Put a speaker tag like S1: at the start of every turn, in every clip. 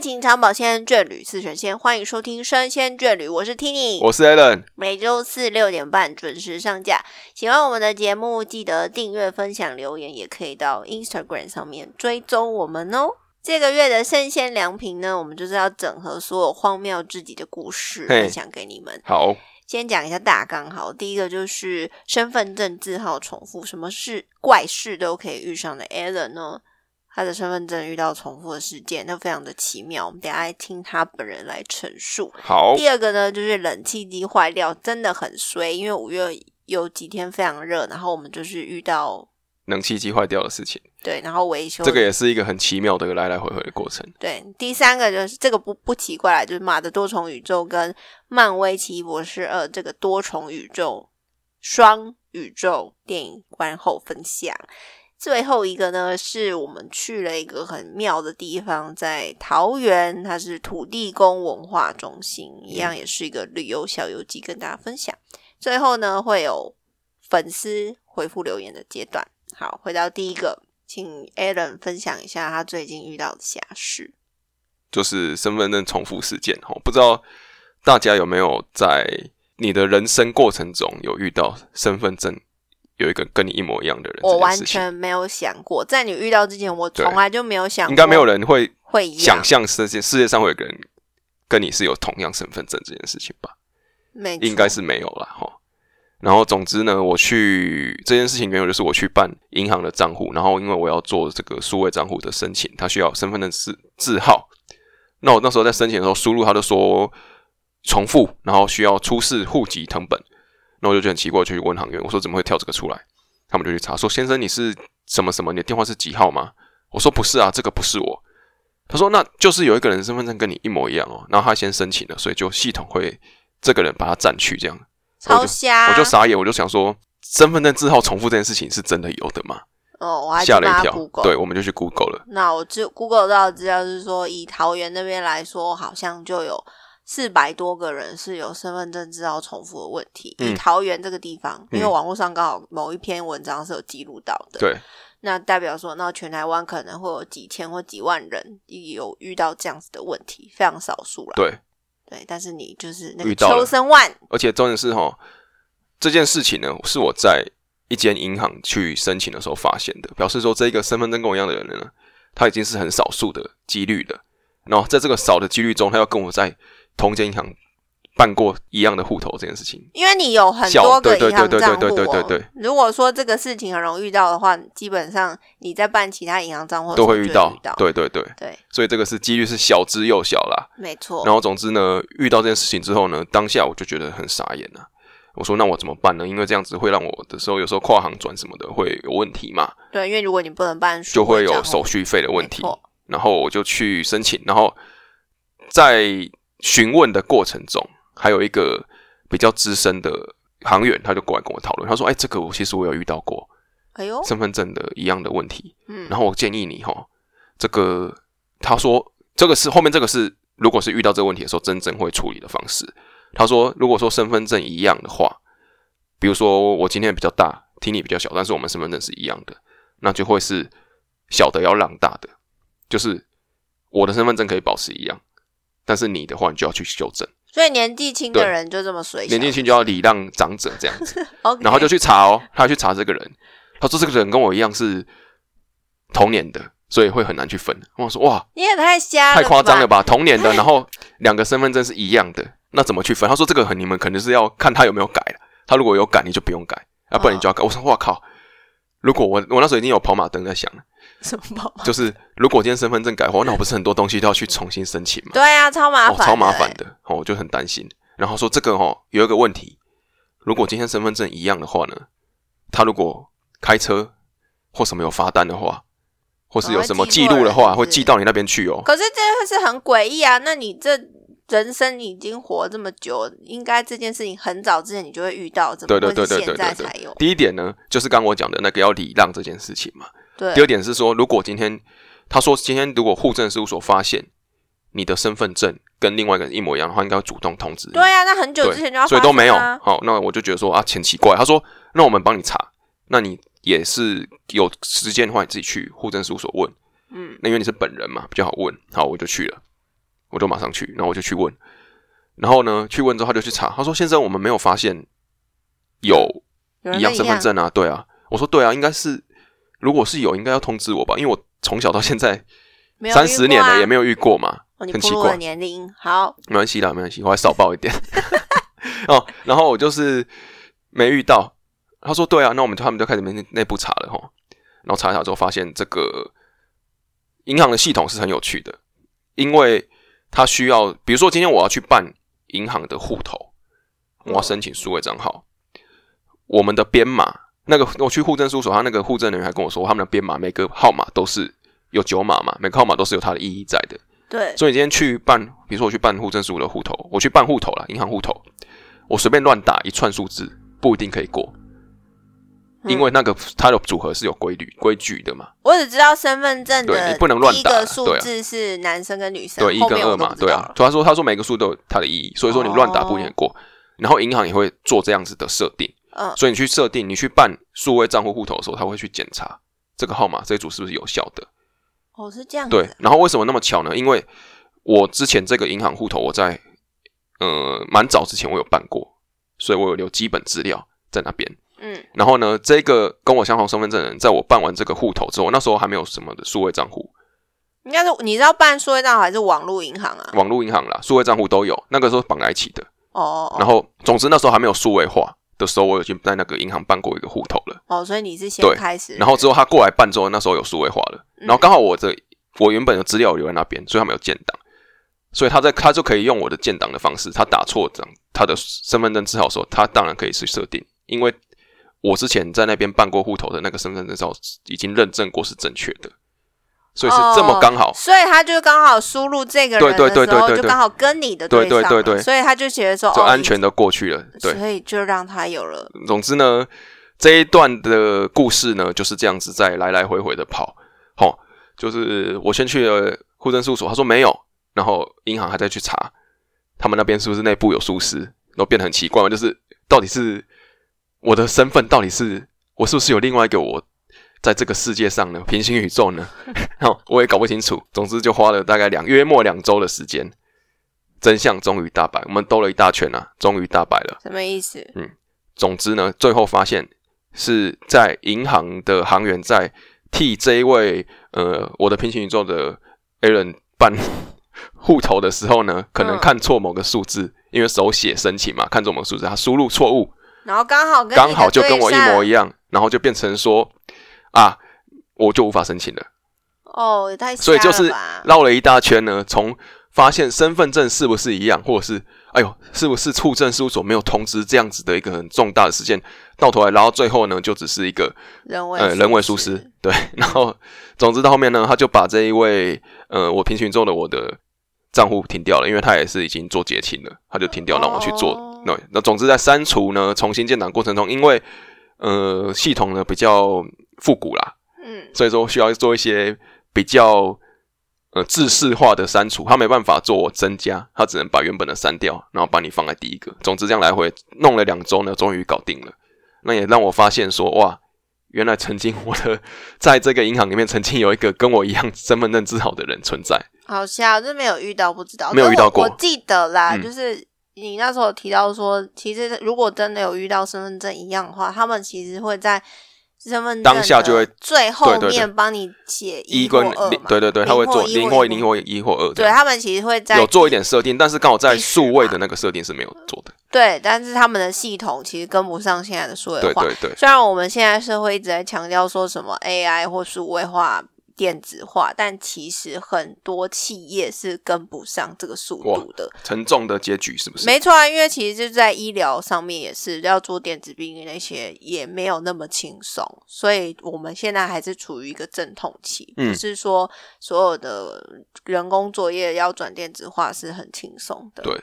S1: 情长保鲜，眷侣次神仙，欢迎收听《生鲜眷侣》，我是 Tini，
S2: 我是 Alan，
S1: 每周四六点半准时上架。喜欢我们的节目，记得订阅、分享、留言，也可以到 Instagram 上面追踪我们哦。这个月的生鲜良品呢，我们就是要整合所有荒谬至极的故事，
S2: 嘿
S1: 分享给你们。
S2: 好，
S1: 先讲一下大纲好，第一个就是身份证字号重复，什么事怪事都可以遇上的 Alan 呢？他的身份证遇到重复的事件，那非常的奇妙。我们等一下来听他本人来陈述。
S2: 好，
S1: 第二个呢，就是冷气机坏掉，真的很衰，因为五月有几天非常热，然后我们就是遇到
S2: 冷气机坏掉的事情，
S1: 对，然后维修
S2: 这个也是一个很奇妙的来来回回的过程。
S1: 对，第三个就是这个不不奇怪啦，就是《马的多重宇宙》跟《漫威奇异博士二》这个多重宇宙双宇宙电影观后分享。最后一个呢，是我们去了一个很妙的地方，在桃园，它是土地公文化中心，一样也是一个旅游小游记，跟大家分享。最后呢，会有粉丝回复留言的阶段。好，回到第一个，请 Alan 分享一下他最近遇到的瑕事。
S2: 就是身份证重复事件哦，不知道大家有没有在你的人生过程中有遇到身份证有一个跟你一模一样的人？
S1: 我
S2: 这件
S1: 完
S2: 事情
S1: 全没有想过，在你遇到之前，我从来就没有想过，
S2: 应该没有人会
S1: 会一样
S2: 想，象世界世界上会有一个人跟你是有同样身份证这件事情吧？
S1: 没错
S2: 应该是没有啦哈。然后总之呢，我去这件事情原由就是我去办银行的账户，然后因为我要做这个数位账户的申请，它需要身份证字字号。那我那时候在申请的时候输入，他就说重复，然后需要出示户籍成本。那我就觉得很奇怪，我就去问行员，我说怎么会跳这个出来？他们就去查说先生你是什么什么，你的电话是几号吗？我说不是啊，这个不是我。他说那就是有一个人身份证跟你一模一样哦，然后他先申请了，所以就系统会这个人把他占去这样。
S1: 超瞎，
S2: 我就傻眼，我就想说，身份证字号重复这件事情是真的有的吗？
S1: 哦，我还去
S2: 吓了
S1: 帮
S2: 一
S1: 他
S2: 跳
S1: Google，，
S2: 对，我们就去 Google 了。
S1: 那我只 Google 到的资料是说，以桃园那边来说，好像就有四百多个人是有身份证字号重复的问题。以
S2: 嗯
S1: 桃园这个地方，因为
S2: 嗯
S1: 网络上刚好某一篇文章是有记录到的，
S2: 对，
S1: 那代表说，那全台湾可能会有几千或几万人有遇到这样子的问题，非常少数啦。
S2: 对，
S1: 对，但是你就是那个
S2: 遇到了
S1: 求生万，
S2: 而且重点是哈，这件事情呢，是我在一间银行去申请的时候发现的，表示说这个身份证跟我一样的人呢，他已经是很少数的几率了。然后在这个少的几率中，他要跟我在同间银行办过一样的户头这件事情，
S1: 因为你有很多个
S2: 小
S1: 银行账户、哦。
S2: 对对对对对对对
S1: 如果说这个事情很容易遇到的话，基本上你在办其他银行账户的时
S2: 都
S1: 候
S2: 会
S1: 哦就
S2: 遇
S1: 遇
S2: 到
S1: 到。。
S2: 对对对，
S1: 对，
S2: 所以这个是几率是小之又小啦。
S1: 没错。
S2: 然后总之呢，遇到这件事情之后呢，当下我就觉得很傻眼了、我说那我怎么办呢？因为这样子会让我的时候有时候跨行转什么的会有问题嘛，
S1: 对，因为如果你不能办数
S2: 就
S1: 位
S2: 会
S1: 账户，
S2: 有手续费的问题
S1: 没错。
S2: 然后我就去申请，然后在询问的过程中，还有一个比较资深的行员，他就过来跟我讨论，他说：“哎，这个我其实我有遇到过
S1: 哎呦，
S2: 身份证的一样的问题，
S1: 嗯，
S2: 然后我建议你哈，这个他说这个是后面这个是，如果是遇到这个问题的时候，真正会处理的方式。他说，如果说身份证一样的话，比如说我今天比较大，听你比较小，但是我们身份证是一样的，那就会是小的要让大的，就是我的身份证可以保持一样，但是你的话，你就要去修正，
S1: 所以年纪轻的
S2: 对
S1: 人就这么随性，
S2: 年纪轻就要礼让长者这样子。
S1: OK，
S2: 然后就去查哦，他去查这个人，他说这个人跟我一样是同年的，所以会很难去分。我说哇，
S1: 你也太瞎了，
S2: 太夸张了？吧，同年的，然后两个身份证是一样的，那怎么去分？他说这个很你们肯定是要看他有没有改了，他如果有改你就不用改，啊，不然你就要改。我说哇靠，如果我我那时候已经有跑马灯在想了，
S1: 什么宝宝？
S2: 就是如果我今天身份证改的话，那我不是很多东西都要去重新申请吗？
S1: 对啊，超麻烦、
S2: 哦，超麻烦。的，哦，我就很担心。然后说这个哦，有一个问题，如果今天身份证一样的话呢，他如果开车或什么有罚单的话，或是有什么记录的
S1: 哦
S2: 话，
S1: 会
S2: 会
S1: 记
S2: 寄
S1: 错
S2: 到你那边去哦。
S1: 可是这是很诡异啊！那你这人生已经活这么久，应该这件事情很早之前你就会遇到，怎么
S2: 对对
S1: 会
S2: 对
S1: 是
S2: 对
S1: 现
S2: 对
S1: 在
S2: 对
S1: 才
S2: 对
S1: 有。？
S2: 第一点呢，就是刚我讲的那个要礼让这件事情嘛。
S1: 对，
S2: 第二点是说，如果今天他说今天如果户政事务所发现你的身份证跟另外一个人一模一样的话，应该要主动通知你。
S1: 对啊，那很久
S2: 对，
S1: 之前就要发生
S2: 所
S1: 啊
S2: 以都没有。好，那我就觉得说啊，很奇怪。他说，那我们帮你查，那你也是有时间的话，你自己去户政事务所问。
S1: 嗯，
S2: 那因为你是本人嘛，比较好问。好，我就去了。我就马上去，然后我就去问，然后呢，去问之后他就去查，他说先生，我们没有发现有
S1: 有人跟
S2: 一样
S1: 你
S2: 身份证啊，对啊，我说对啊，应该是如果是有，应该要通知我吧，因为我从小到现在
S1: 没有
S2: 三十年了也没
S1: 有遇
S2: 有遇过嘛，
S1: 过啊，哦你
S2: 很
S1: 暴
S2: 奇
S1: 露
S2: 怪
S1: 了年龄，好，
S2: 没关系啦，没关系，我还少报一点。 哦，然后我就是没遇到，他说对啊，那我们就他们就开始内内部查了哈，然后查一查之后发现这个银行的系统是很有趣的，因为它需要，比如说今天我要去办银行的户头，我要申请数位账号，我们的编码，那个我去户政事务所，他那个户政人员还跟我说，他们的编码每个号码都是有九码嘛，每个号码都是有它的意义在的。
S1: 对，
S2: 所以你今天去办，比如说我去办户政事务的户头，我去办户头啦，银行户头，我随便乱打一串数字，不一定可以过，
S1: 嗯
S2: 因为那个它的组合是有规律规矩的嘛。
S1: 我只知道身份证
S2: 对
S1: 的
S2: 你不能乱
S1: 第一
S2: 打
S1: 个
S2: 啦
S1: 数
S2: 对啊
S1: 字是男生跟女生，
S2: 对，一
S1: 后
S2: 跟
S1: 面我
S2: 二
S1: 都
S2: 嘛，
S1: 不知
S2: 对
S1: 道
S2: 啊
S1: 了。哦
S2: 所以他说他说每个数都有它的意义，所以说你乱打不一定过。然后银行也会做这样子的设定，
S1: 嗯
S2: 所以你去设定，你去办数位账户户头的时候，他会去检查这个号码这一组是不是有效的。
S1: 哦，是这样子
S2: 对，然后为什么那么巧呢？因为我之前这个银行户头，我在呃蛮早之前我有办过，所以我有留基本资料在那边。
S1: 嗯
S2: 然后呢，这个跟我相同身份证的人，在我办完这个户头之后，那时候还没有什么的数位账户，
S1: 应该是你知道办数位账号还是网络银行啊？
S2: 网络银行啦，数位账户都有，那个时候绑在一起的。
S1: 哦哦
S2: 然后，总之那时候还没有数位化的时候，我已经在那个银行办过一个户头了。
S1: 哦，所以你是先
S2: 对
S1: 开始，
S2: 然后之后他过来办之后，那时候有数位化了，
S1: 嗯
S2: 然后刚好我的我原本的资料留在那边，所以他没有建档，所以他在他就可以用我的建档的方式，他打错这样他的身份证字号的时候，他当然可以去设定，因为我之前在那边办过户头的那个身份证字号已经认证过是正确的，所以是这么刚好，
S1: 所以他就刚好输入这个人的时候，
S2: 对哦对对对对
S1: 就
S2: 对
S1: 刚好跟你的
S2: 对
S1: 上了
S2: 对对对
S1: 所以他就觉得说
S2: 就
S1: 哦，
S2: 安全的过去了。
S1: 你
S2: 对，
S1: 所以就让他有了，
S2: 总之呢，这一段的故事呢就是这样子在来来回回的跑。好、就是我先去了户政事务所，他说没有，然后银行还在去查，他们那边是不是内部有疏失，然后变得很奇怪嘛，就是到底是我的身份到底是我是不是有另外一个我在这个世界上呢，平行宇宙呢？ 然后我也搞不清楚。总之就花了大概两约莫两周的时间，真相终于大白，我们兜了一大圈啊，终于大白了。
S1: 什么意思？
S2: 总之呢，最后发现是在银行的行员在替这一位呃我的平行宇宙的 Aaron 办户头的时候呢，可能
S1: 嗯
S2: 看错某个数字，因为手写申请嘛，看错某个数字，他输入错误，
S1: 然后刚好跟你的
S2: 刚好就跟我一模一
S1: 对象
S2: 样，然后就变成说啊，我就无法申请了。
S1: 哦，也太瞎
S2: 所以就是
S1: 了吧
S2: 绕了一大圈呢，从发现身份证是不是一样，或者是哎呦，是不是处政事务所没有通知这样子的一个很重大的事件，到头来，然后最后呢，就只是一个
S1: 人为
S2: 呃人为疏失，对。然后总之到后面呢，他就把这一位呃我平行宇宙的我的账户停掉了，因为他也是已经做结清了，他就停掉让我去做。
S1: 哦
S2: 那那总之在删除呢重新建档过程中，因为呃系统呢比较复古啦，
S1: 嗯，
S2: 所以说需要做一些比较呃制式化的删除，它没办法做增加，它只能把原本的删掉，然后把你放在第一个。总之这样来回弄了两周呢，终于搞定了。那也让我发现说，哇，原来曾经我的在这个银行里面曾经有一个跟我一样身份证字号的人存 在。
S1: 好笑，这没有遇到不知道，
S2: 没有遇到过
S1: 但我我记得啦，
S2: 嗯
S1: 就是你那时候有提到说，其实如果真的有遇到身份证一样的话，他们其实会在身份证
S2: 当下就会
S1: 的最后
S2: 对对
S1: 面帮你写或
S2: 跟
S1: 二嘛。
S2: 对对对，他会做
S1: 零
S2: 零
S1: 或
S2: 或
S1: 一
S2: 零或一或二这
S1: 对
S2: 样，
S1: 他们其实会在
S2: 有做一点设定，但是刚好啊在
S1: 第十嘛
S2: 数位的那个设定是没有做的。
S1: 对，但是他们的系统其实跟不上现在的数
S2: 对
S1: 位化。
S2: 对对，
S1: 虽然我们现在社会一直在强调说什么 AI 或数位化、电子化，但其实很多企业是跟不上这个速
S2: 哇
S1: 度的。
S2: 沉重的结局是不是？
S1: 没错啊，因为其实就在医疗上面也是要做电子病历那些也没有那么轻松，所以我们现在还是处于一个阵痛期，
S2: 嗯
S1: 不是说所有的人工作业要转电子化是很轻松的。
S2: 对。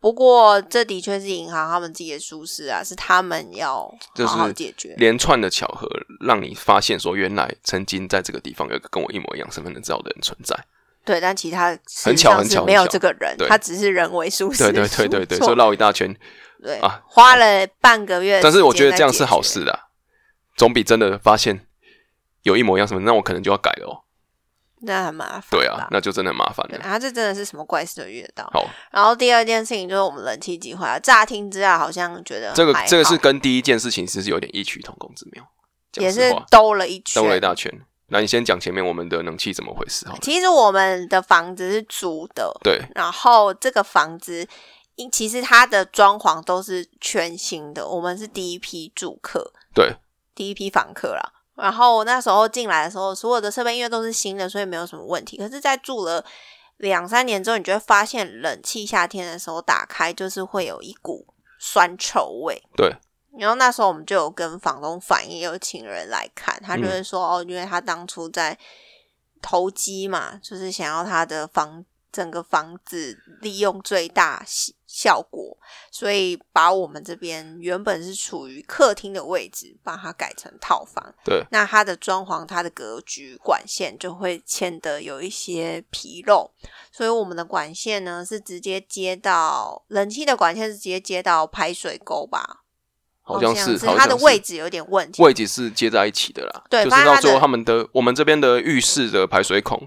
S1: 不过，这的确是银行他们自己的疏失啊，是他们要
S2: 就
S1: 好
S2: 是
S1: 好解决。
S2: 连串的巧合，让你发现说，原来曾经在这个地方有一个跟我一模一样身份证照的人存在。
S1: 对，但其他事实
S2: 很巧
S1: 上
S2: 很
S1: 是
S2: 巧
S1: 没有
S2: 很巧
S1: 这个人，
S2: 对
S1: 他只是人为疏失。
S2: 对对对对对，
S1: 疏
S2: 就
S1: 错
S2: 绕一大圈。
S1: 对
S2: 啊
S1: 花了半个月，
S2: 但是我觉得这样是好事。啦，总比真的发现有一模一样身份证，那我可能就要改了哦。
S1: 那很麻烦吧。
S2: 对啊，那就真的很麻烦
S1: 对
S2: 了。
S1: 啊，这真的是什么怪事都遇得到。
S2: 好，
S1: 然后第二件事情就是我们人气计划，乍听之下好像觉得
S2: 这个
S1: 还好
S2: 这个是跟第一件事情其实有点异曲同工之妙。讲
S1: 也
S2: 实
S1: 是
S2: 话，
S1: 兜了一圈，
S2: 兜了一大圈。那你先讲前面我们的冷气怎么回事好了。
S1: 其实我们的房子是租的，
S2: 对，
S1: 然后这个房子，因其实它的装潢都是全新的，我们是第一批住客，
S2: 对，
S1: 第一批房客啦。然后那时候进来的时候，所有的设备因为都是新的，所以没有什么问题。可是，在住了两三年之后，你就会发现冷气夏天的时候打开就是会有一股酸臭味。
S2: 对。
S1: 然后那时候我们就有跟房东反映，有请人来看，他就会说、哦，因为他当初在投机嘛，就是想要他的房整个房子利用最大效效果，所以把我们这边原本是处于客厅的位置，把它改成套房。
S2: 对，
S1: 那它的装潢、它的格局、管线就会牵得有一些纰漏，所以我们的管线呢是直接接到冷气的管线是直接接到排水沟吧，
S2: 好像
S1: 是
S2: 是，好像
S1: 它的
S2: 是
S1: 位置有点问题。
S2: 位置是接在一起的啦。
S1: 对
S2: 就是
S1: 反正
S2: 到
S1: 它
S2: 最后
S1: 的
S2: 他们的我们这边的浴室的排水孔、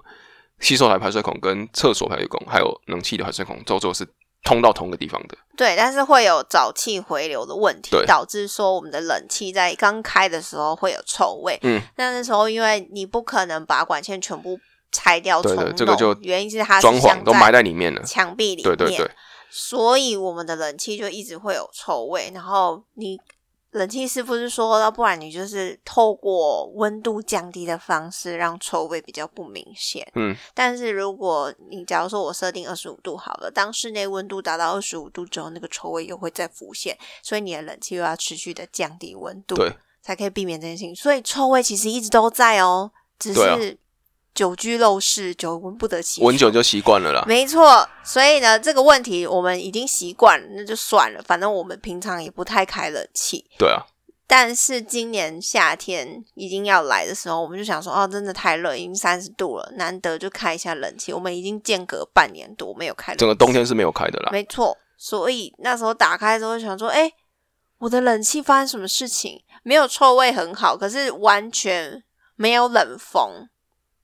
S2: 洗手台排水孔跟厕所排水孔，还有冷气的排水孔，都都是通到同个地方的。
S1: 对，但是会有沼气回流的问题
S2: 对，
S1: 导致说我们的冷气在刚开的时候会有臭味。
S2: 嗯，
S1: 那那时候因为你不可能把管线全部拆掉重
S2: 对
S1: 弄，
S2: 对，这个就
S1: 原因是啊它是
S2: 装潢
S1: 镶
S2: 都埋
S1: 在
S2: 在里面了。
S1: 墙壁里
S2: 对
S1: 面，
S2: 对对，
S1: 所以我们的冷气就一直会有臭味。然后你冷气师傅是说，要不然你就是透过温度降低的方式，让臭味比较不明显。
S2: 嗯，
S1: 但是如果你假如说我设定二十五度好了，当室内温度达到二十五度之后，那个臭味又会再浮现，所以你的冷气又要持续的降低温度，
S2: 对，
S1: 才可以避免这件事情。所以臭味其实一直都在哦，只
S2: 对啊
S1: 是久居陋室，久闻不得其
S2: 闻久
S1: 详
S2: 就习惯了啦。
S1: 没错，所以呢，这个问题我们已经习惯了，那就算了。反正我们平常也不太开冷气，
S2: 对啊，
S1: 但是今年夏天已经要来的时候，我们就想说，哦，真的太热，已经三十度了，难得就开一下冷气。我们已经间隔半年多没有开冷气
S2: 整个冬天是没有开的啦。
S1: 没错，所以那时候打开之后就想说，哎、我的冷气发生什么事情？没有臭味很好，可是完全没有冷风，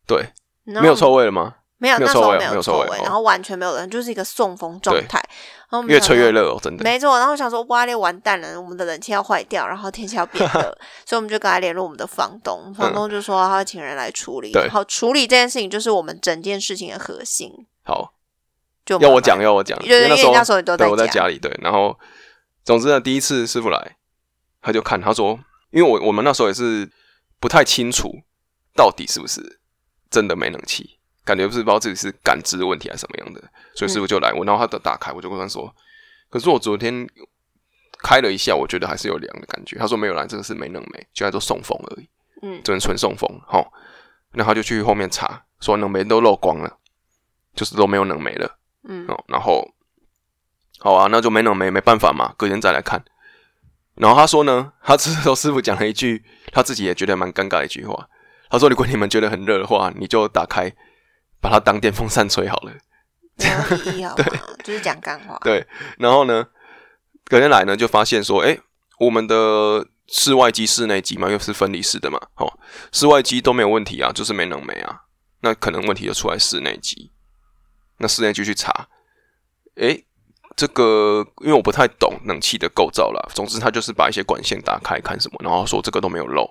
S2: 对，
S1: 没
S2: 没有臭味了吗？
S1: 没有，
S2: 没
S1: 那时
S2: 有臭
S1: 候
S2: 味啊
S1: 没
S2: 没有臭
S1: 臭
S2: 味哦
S1: 然后完全没有人，就是一个送风状
S2: 对
S1: 态。然后我们
S2: 越
S1: 想
S2: 吹越
S1: 说。
S2: 热哦，真的。
S1: 没错，然后我想说，哇咧，完蛋了，我们的冷气要坏掉，然后天气要变 热，所以我们就赶快联络我们的房东，房东就说他会请人来处理，
S2: 嗯对
S1: 然后处理这件事情就是我们整件事情的核心。
S2: 好，
S1: 就
S2: 要
S1: 麻
S2: 我
S1: 烦
S2: 讲，要我讲，
S1: 对对
S2: 因为
S1: 因为那
S2: 那
S1: 时候你都
S2: 对
S1: 在
S2: 我在
S1: 家
S2: 家里，对，然后总之呢，第一次师傅来，他就看，他说，因为我我们那时候也是不太清楚到底是不是真的没冷气，感觉不是不知道自己是感知的问题还是什么样的，所以师傅就来我，然后他打开，我就跟他说，可是我昨天开了一下，我觉得还是有凉的感觉，他说没有啦，这个是没冷媒，就在做送风而已，
S1: 嗯，
S2: 只能纯送风，哈，那他就去后面查，说冷媒都漏光了，就是都没有冷媒了。
S1: 嗯，
S2: 哦，然后好啊，那就没能没没办法嘛，隔天再来看。然后他说呢，他 这时候师傅讲了一句，他自己也觉得蛮尴尬的一句话。他说：“如果你们觉得很热的话，你就打开，把它当电风扇吹好了。
S1: 没有意 义好吗？就是讲干话，
S2: 对”然后呢，隔天来呢就发现说，哎，我们的室外机、室内机嘛，又是分离式的嘛，哦，室外机都没有问题啊，就是没能没啊。那可能问题就出在室内机。那室内就去查，诶，这个因为我不太懂冷气的构造啦，总之他就是把一些管线打开看什么，然后说这个都没有漏，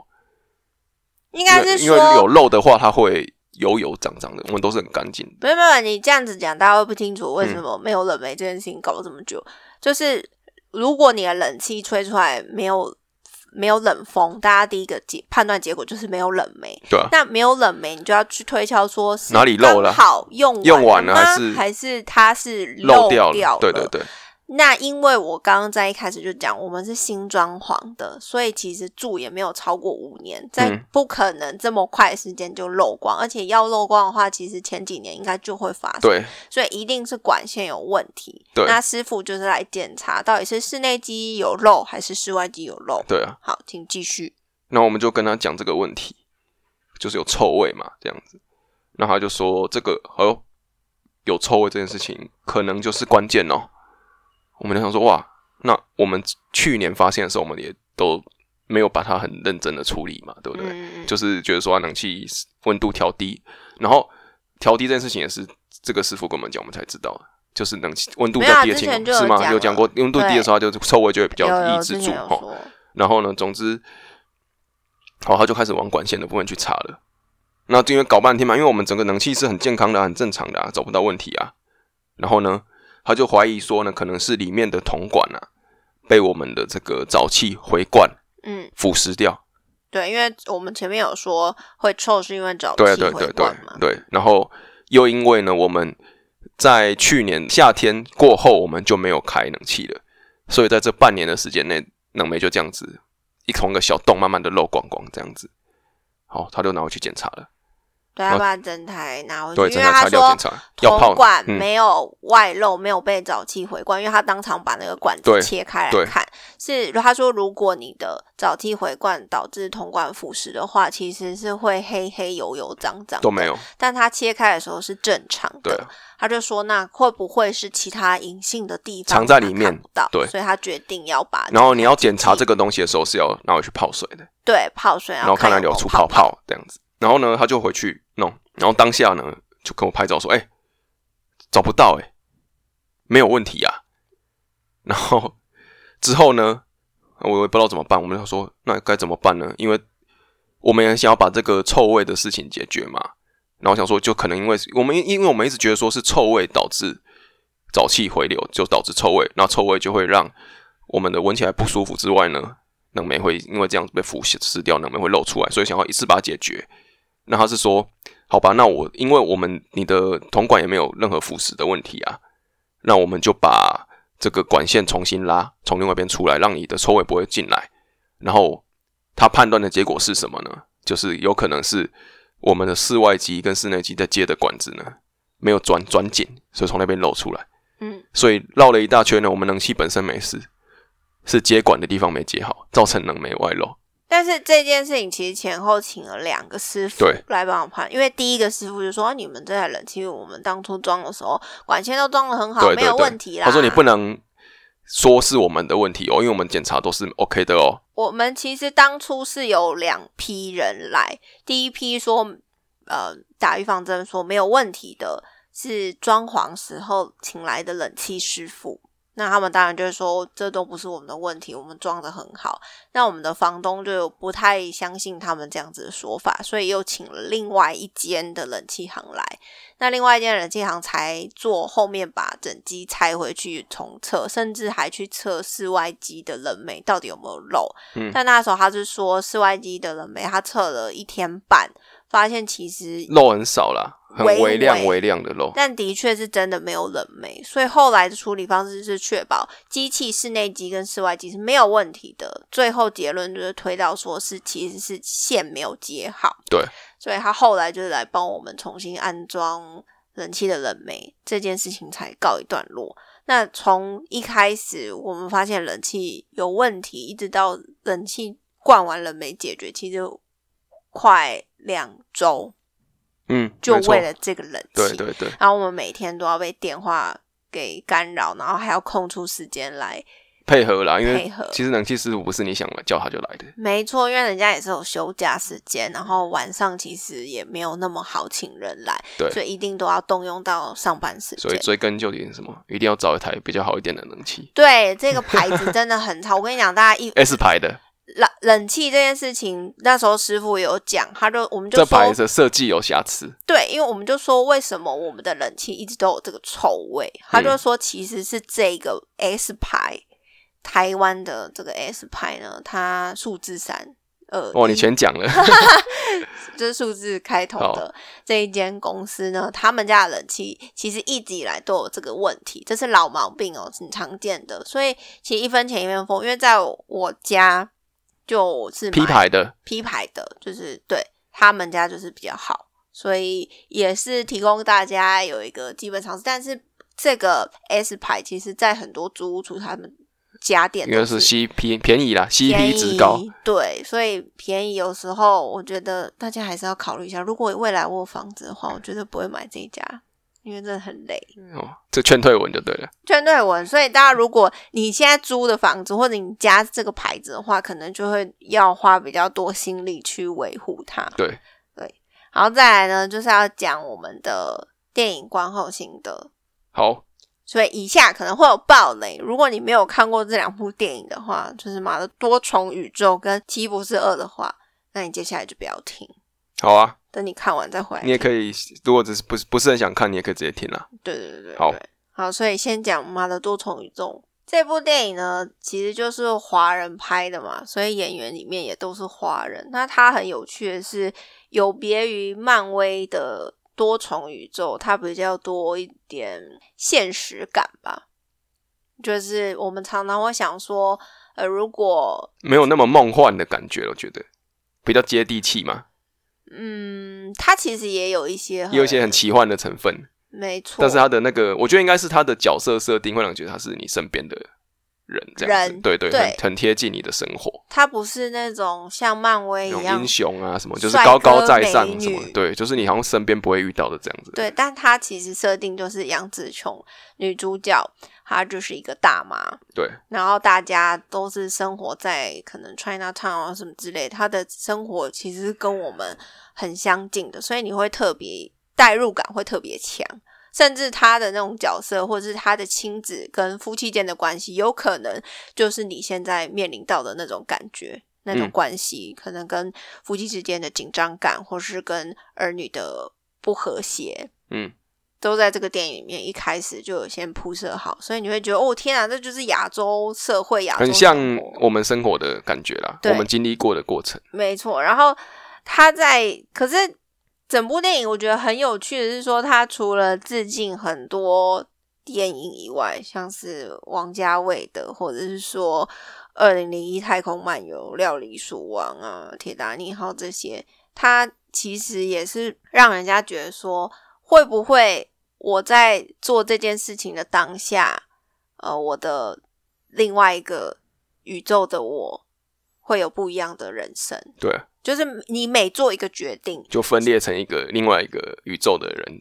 S1: 应
S2: 因
S1: 该
S2: 为
S1: 是
S2: 因为有
S1: 说，
S2: 漏的话，它会油油脏脏的，我们都是很干净的。
S1: 没有没有，你这样子讲，大家会不清楚为什么没有冷媒这件事情搞了这么久。就是如果你的冷气吹出来没有没有冷风，大家第一个结判断结果就是没有冷媒。
S2: 对啊
S1: 那没有冷媒，你就要去推敲说是
S2: 哪里漏了
S1: 刚好用完
S2: 用完了
S1: 吗
S2: 还是
S1: 还是它是
S2: 漏
S1: 掉
S2: 掉了，对对对，
S1: 那因为我刚刚在一开始就讲，我们是新装潢的，所以其实住也没有超过五年，在
S2: 嗯
S1: 不可能这么快的时间就漏光，而且要漏光的话，其实前几年应该就会发生，
S2: 对
S1: 所以一定是管线有问题。
S2: 对
S1: 那师傅就是来检查到底是室内机有漏还是室外机有漏。
S2: 对啊。
S1: 好，请继续。
S2: 然后我们就跟他讲这个问题，就是有臭味嘛，这样子。然后他就说这个哦，有臭味这件事情可能就是关键哦。我们就想说哇，那我们去年发现的时候，我们也都没有把它很认真的处理嘛，对不对？
S1: 嗯，
S2: 就是觉得说啊冷气温度调低，然后调低这件事情也是这个师傅跟我们讲，我们才知道的，就是冷气温度
S1: 没有啊
S2: 较低的
S1: 之前
S2: 情况
S1: 就有
S2: 是
S1: 讲
S2: 吗？
S1: 了
S2: 有讲过温度低的时候，它就臭味就会比较
S1: 有有
S2: 抑制
S1: 之
S2: 住
S1: 前有
S2: 吼
S1: 说，
S2: 然后呢，总之，好，他就开始往管线的部分去查了。那因为搞半天嘛，因为我们整个冷气是很健康的啊、很正常的、啊，找不到问题啊。然后呢，他就怀疑说呢，可能是里面的铜管啊被我们的这个沼气回灌
S1: 嗯，
S2: 腐蚀掉。
S1: 对，因为我们前面有说会臭是因为沼
S2: 对
S1: 气
S2: 对
S1: 回
S2: 对对
S1: 灌嘛，
S2: 对。然后又因为呢，我们在去年夏天过后，我们就没有开冷气了，所以在这半年的时间内，冷媒就这样子一从个小洞慢慢的漏光光这样子。好，他就拿回去检查了，
S1: 对，要把整台拿回去，
S2: 对，
S1: 因
S2: 整
S1: 为
S2: 个
S1: 他
S2: 材料
S1: 说
S2: 检查要
S1: 铜
S2: 泡
S1: 管
S2: 嗯
S1: 没有外漏，没有被沼气回灌，因为他当场把那个管子
S2: 对
S1: 切开来
S2: 对
S1: 看，是他说如果你的沼气回灌导致铜管腐蚀的话，其实是会黑黑油油脏脏，
S2: 都没，有，
S1: 但他切开的时候是正常
S2: 对
S1: 的，他就说那会不会是其他隐性的地方
S2: 藏在里
S1: 他
S2: 面
S1: 看不到，
S2: 对
S1: 所以他决定要把
S2: 然后你要检查这个东西的时候是要拿回去泡水的，
S1: 对泡水，
S2: 然后
S1: 看
S2: 看它
S1: 有没
S2: 流
S1: 有
S2: 出
S1: 泡
S2: 泡，泡这样子。然后呢，他就回去弄，然后当下呢就跟我拍照说：“哎、找不到哎、没有问题啊。”然后之后呢，我也不知道怎么办，我们就说那该怎么办呢？因为我们也想要把这个臭味的事情解决嘛。然后想说，就可能因为我们因为我们一直觉得说是臭味导致沼气回流，就导致臭味，那臭味就会让我们的闻起来不舒服之外呢，冷媒会因为这样子被腐蚀掉，冷媒会漏出来，所以想要一次把它解决。那他是说，好吧，那我因为我们你的铜管也没有任何腐蚀的问题啊，那我们就把这个管线重新拉，从另外一边出来，让你的臭味不会进来。然后他判断的结果是什么呢？就是有可能是我们的室外机跟室内机在接的管子呢没有转转紧，所以从那边漏出来。
S1: 嗯，
S2: 所以绕了一大圈呢，我们冷气本身没事，是接管的地方没接好，造成冷媒外漏。
S1: 但是这件事情其实前后请了两个师傅
S2: 对
S1: 来帮我判，因为第一个师傅就说、啊你们这台冷气我们当初装的时候管线都装的很好，
S2: 对
S1: 没
S2: 对
S1: 有问
S2: 对
S1: 题，啦。
S2: 他说你不能说是我们的问题哦，因为我们检查都是 OK 的哦。
S1: 我们其实当初是有两批人来，第一批说，呃，打预防针说没有问题的，是装潢时候请来的冷气师傅。那他们当然就是说，这都不是我们的问题，我们装的很好。那我们的房东就不太相信他们这样子的说法，所以又请了另外一间的冷气行来。那另外一间冷气行才做后面把整机拆回去重测，甚至还去测室外机的冷媒到底有没有漏。
S2: 嗯
S1: 但那时候他是说室外机的冷媒，他测了一天半，发现其实
S2: 漏很少啦，很
S1: 微
S2: 微量
S1: 微
S2: 微量的漏。
S1: 但的确是真的没有冷媒，所以后来的处理方式是确保机器室内机跟室外机是没有问题的。最后结论就是推到说是其实是线没有接好，
S2: 对，
S1: 所以他后来就是来帮我们重新安装冷气的冷媒这件事情才告一段落。那从一开始我们发现冷气有问题，一直到冷气灌完冷媒解决，其实快两周，
S2: 嗯，
S1: 就
S2: 没错
S1: 为了这个冷气。
S2: 对对对
S1: 然后我们每天都要被电话给干扰，然后还要空出时间来。
S2: 配合啦，因
S1: 配
S2: 为
S1: 合
S2: 其实冷气师傅不是你想来叫他就来的，
S1: 没错，因为人家也是有休假时间，然后晚上其实也没有那么好请人来，
S2: 对
S1: 所以一定都要动用到上班时
S2: 所以
S1: 间。
S2: 追根究底是什么，一定要找一台比较好一点的冷气
S1: 对，这个牌子真的很吵。我跟你讲，大家 一
S2: ，S 牌的，
S1: 冷冷气这件事情，那时候师傅有讲，他就我们就
S2: 这牌
S1: 说，
S2: 的设计有瑕疵。
S1: 对，因为我们就说为什么我们的冷气一直都有这个臭味，他就
S2: 嗯
S1: 说其实是这个 S 牌，台湾的这个 S 牌呢，它数字三呃，
S2: 哦，你
S1: 一
S2: 全讲 了，
S1: 就是数字开头
S2: 好
S1: 的这一间公司呢，他们家的冷气其实一直以来都有这个问题，这是老毛病哦，很常见的。所以其实一分钱一分货，因为在我家就是
S2: 批
S1: 买
S2: 牌的，
S1: 批牌的，就是对他们家就是比较好，所以也是提供大家有一个基本常识。但是这个 S 牌，其实在很多租屋处他们家电
S2: 应该
S1: 都
S2: 是 CP 便宜啦
S1: 便宜
S2: ，CP 值高，
S1: 对，所以便宜有时候我觉得大家还是要考虑一下。如果未来我有房子的话，我绝对不会买这一家，因为真的很累，
S2: 哦，这劝退文就对了。
S1: 圈对文。所以大家如果你现在租的房子或者你家这个牌子的话，可能就会要花比较多心力去维护它。
S2: 对，
S1: 然后再来呢，就是要讲我们的电影观后心得。
S2: 好，
S1: 所以以下可能会有暴雷，如果你没有看过这两部电影的话，就是《马的多重宇宙》跟《奇异博士二》的话，那你接下来就不要听，
S2: 好啊，
S1: 等你看完再回来。
S2: 你也可以，如果只是不是不是很想看，你也可以直接听啦。
S1: 对对对对，
S2: 好
S1: 对好，所以先讲《妈的多重宇宙》这部电影呢，其实就是华人拍的嘛，所以演员里面也都是华人。那它很有趣的是，有别于漫威的多重宇宙，它比较多一点现实感吧。就是我们常常会想说，呃，如果
S2: 没有那么梦幻的感觉，我觉得比较接地气嘛，
S1: 嗯，它其实也有一些
S2: 也有一些很奇幻的成分。
S1: 没错，
S2: 但是他的那个，我觉得应该是他的角色设定会让你觉得他是你身边的人，这样子，
S1: 人
S2: 对对，
S1: 对
S2: 很很贴近你的生活，
S1: 它不是那种像漫威
S2: 那
S1: 一
S2: 种
S1: 样
S2: 英雄啊什么，就是
S1: 哎帅
S2: 高
S1: 哥
S2: 高在上
S1: 美女
S2: 什么，对，就是你好像身边不会遇到的这样子。
S1: 对，但她其实设定就是杨紫琼女主角，她就是一个大妈，
S2: 对
S1: 然后大家都是生活在可能 China Town 啊什么之类，她的生活其实是跟我们很相近的，所以你会特别代入感会特别强，甚至她的那种角色或者是她的亲子跟夫妻间的关系，有可能就是你现在面临到的那种感觉。那种
S2: 嗯
S1: 关系、可能跟夫妻之间的紧张感，或是跟儿女的不和谐，
S2: 嗯，
S1: 都在这个电影里面一开始就有先铺设好，所以你会觉得哦，天啊，这就是亚洲社会，亚洲
S2: 很像
S1: 生活
S2: 我们生活的感觉啦，
S1: 对
S2: 我们经历过的过程。
S1: 没错。然后他在，可是整部电影我觉得很有趣的是说，他除了致敬很多电影以外，像是王家卫的，或者是说《二零零一太空漫游》《料理鼠王》啊，《铁达尼号》这些，他其实也是让人家觉得说，会不会我在做这件事情的当下，呃，我的另外一个宇宙的我会有不一样的人生。
S2: 对，
S1: 就是你每做一个决定，
S2: 就分裂成一个另外一个宇宙的人，